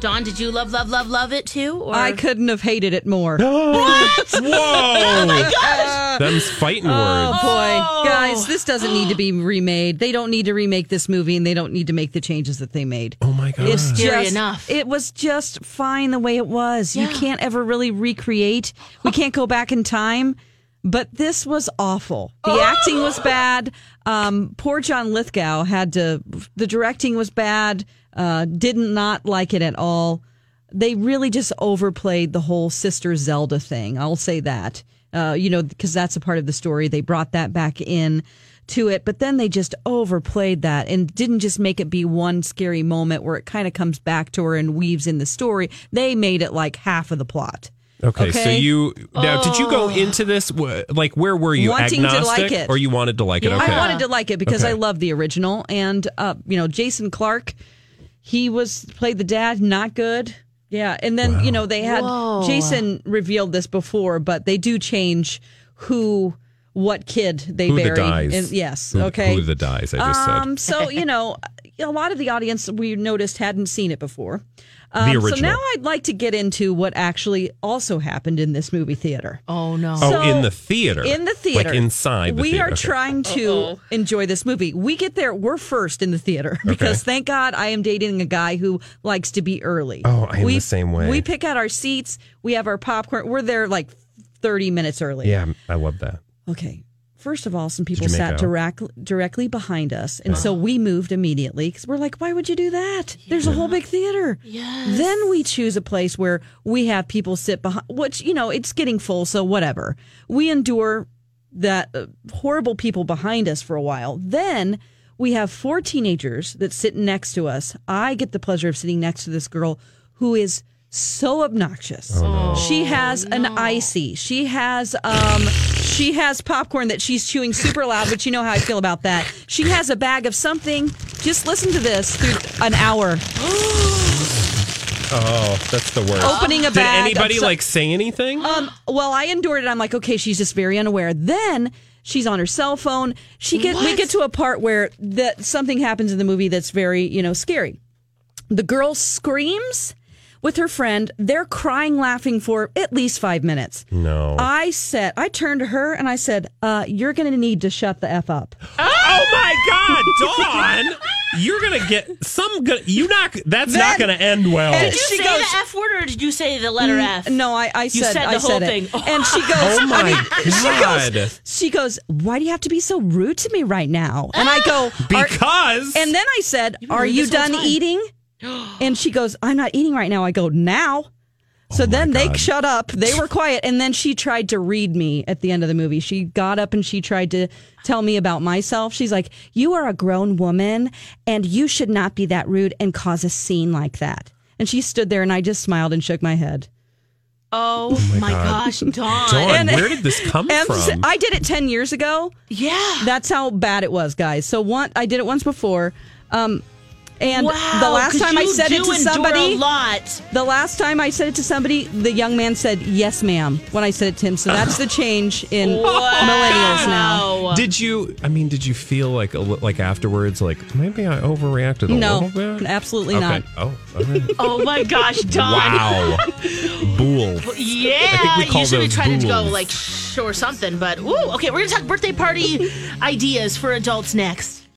Speaker 6: Dawn, did you love, love, love, love it too? Or
Speaker 4: I couldn't have hated it more.
Speaker 6: [GASPS] What?
Speaker 5: Whoa!
Speaker 6: Oh my gosh!
Speaker 5: Them's fighting
Speaker 4: Oh
Speaker 5: words.
Speaker 4: boy, guys, this doesn't need to be remade. They don't need to remake this movie, and they don't need to make the changes that they made.
Speaker 5: Oh my god!
Speaker 4: It's
Speaker 6: Scary
Speaker 4: just,
Speaker 6: enough.
Speaker 4: It was just fine the way it was.
Speaker 6: Yeah.
Speaker 4: You can't ever really recreate. We can't go back in time. But this was awful. The
Speaker 6: Oh.
Speaker 4: acting was bad. Um, poor John Lithgow had to. The directing was bad. Uh, did not like it at all. They really just overplayed the whole Sister Zelda thing. I'll say that. Uh, you know, because that's a part of the story. They brought that back in to it, but then they just overplayed that and didn't just make it be one scary moment where it kind of comes back to her and weaves in the story. They made it like half of the plot.
Speaker 5: Okay, so
Speaker 4: Okay. Oh.
Speaker 5: you now did you go into this wh- like where were you
Speaker 4: Wanting to
Speaker 5: agnostic
Speaker 4: like it.
Speaker 5: or you wanted to like it? Okay,
Speaker 4: I wanted to like it because I
Speaker 5: Okay.
Speaker 4: love the original, and uh, you know Jason Clark, he was played the dad, not good. Yeah, and then you know they had
Speaker 6: Whoa.
Speaker 4: Jason revealed this before, but they do change who, what kid they
Speaker 5: Who the
Speaker 4: bury.
Speaker 5: dies.
Speaker 4: And- yes,
Speaker 5: Who-
Speaker 4: okay.
Speaker 5: who the dies, I just said.
Speaker 9: [LAUGHS]
Speaker 4: um, so you know, a lot of the audience we noticed hadn't seen it before.
Speaker 5: The
Speaker 4: um, So
Speaker 5: original.
Speaker 4: now I'd like to get into what actually also happened in this movie theater.
Speaker 9: Oh no!
Speaker 5: Oh, in the theater.
Speaker 4: In the theater,
Speaker 5: Like inside the
Speaker 4: we
Speaker 5: theater.
Speaker 4: are
Speaker 5: Okay.
Speaker 4: trying to enjoy this movie. We get there. We're first in the theater [LAUGHS] because thank God I am dating a guy who likes to be early.
Speaker 5: Oh, I am
Speaker 4: we,
Speaker 5: the same way.
Speaker 4: We pick out our seats. We have our popcorn. We're there like thirty minutes early.
Speaker 5: Yeah, I love that.
Speaker 4: Okay. First of all, some people
Speaker 5: you make
Speaker 4: sat
Speaker 5: out? Uh-huh.
Speaker 4: direct, directly behind us. And so we moved immediately because we're like, why would you do that? There's a whole big theater. Yes. Then we choose a place where we have people sit behind, which, you know, it's getting full. So whatever. We endure that uh, horrible people behind us for a while. Then we have four teenagers that sit next to us. I get the pleasure of sitting next to this girl who is so obnoxious. She has an icy. She has um she has popcorn that she's chewing super loud, but you know how I feel about that. She has a bag of something. Just listen to this through an hour.
Speaker 5: Oh, that's the worst.
Speaker 4: Opening a
Speaker 5: Did
Speaker 4: bag of
Speaker 5: anybody
Speaker 4: some-
Speaker 5: like say anything?
Speaker 4: Um, well, I endured it. I'm like, okay, she's just very unaware. Then she's on her cell phone. She get we
Speaker 9: What?
Speaker 4: get to a part where that something happens in the movie that's very you know scary. The girl screams with her friend. They're crying, laughing for at least five minutes.
Speaker 5: No.
Speaker 4: I said, I turned to her and I said, uh, "You're going to need to shut the f up."
Speaker 5: Oh my [LAUGHS] God, Dawn! You're gonna get some. Go- you not. That's
Speaker 4: Then-
Speaker 5: not gonna end well.
Speaker 6: Did you
Speaker 4: She
Speaker 6: say
Speaker 4: goes-
Speaker 6: the F word or did you say the letter
Speaker 4: N-
Speaker 6: F?
Speaker 4: No, I, I
Speaker 6: You
Speaker 4: said,
Speaker 6: said the
Speaker 4: I
Speaker 6: whole
Speaker 4: said
Speaker 6: thing. [LAUGHS]
Speaker 4: It. And she goes,
Speaker 5: Oh
Speaker 4: I mean,
Speaker 5: my
Speaker 4: she
Speaker 5: God.
Speaker 4: goes, she goes, why do you have to be so rude to me right now? And I go, "Are-"
Speaker 5: Because-
Speaker 4: And then I said,
Speaker 5: been
Speaker 4: are
Speaker 5: rude
Speaker 4: you
Speaker 5: this whole
Speaker 4: done
Speaker 5: time."
Speaker 6: [GASPS]
Speaker 4: eating? And she goes, I'm not eating right now. I go, now.
Speaker 5: Oh
Speaker 4: So then they shut up. They were quiet. And then she tried to read me at the end of the movie. She got up and she tried to tell me about myself. She's like, You are a grown woman and you should not be that rude and cause a scene like that. And she stood there and I just smiled and shook my head.
Speaker 6: Oh, my,
Speaker 5: God.
Speaker 6: gosh, Dawn.
Speaker 5: Dawn,
Speaker 4: And-
Speaker 5: where did this come
Speaker 4: And
Speaker 5: from?
Speaker 4: [LAUGHS] I did it 10 years ago.
Speaker 6: Yeah.
Speaker 4: That's how bad it was, guys. So one, I did it once before. Um, and
Speaker 6: Wow,
Speaker 4: the last
Speaker 6: 'cause
Speaker 4: time I
Speaker 6: you
Speaker 4: said it
Speaker 6: do
Speaker 4: to
Speaker 6: endure
Speaker 4: somebody,
Speaker 6: a lot.
Speaker 4: the last time I said it to somebody, the young man said, "Yes, ma'am." When I said it to him, so that's the change in millennials
Speaker 6: Oh, uh,
Speaker 4: now.
Speaker 5: Did you? I mean, did you feel like a li- like afterwards? Like maybe I overreacted a
Speaker 4: No,
Speaker 5: little bit.
Speaker 4: absolutely
Speaker 5: Okay.
Speaker 4: not.
Speaker 5: Oh. all right.
Speaker 6: [LAUGHS] Oh my gosh, Dawn. [LAUGHS]
Speaker 5: Wow. Bool. I
Speaker 6: Yeah,
Speaker 5: think we call
Speaker 6: you should be
Speaker 5: those
Speaker 6: trying to go
Speaker 5: boobs. [LAUGHS]
Speaker 6: like shh or something. But ooh, okay, we're gonna talk birthday party ideas for adults next.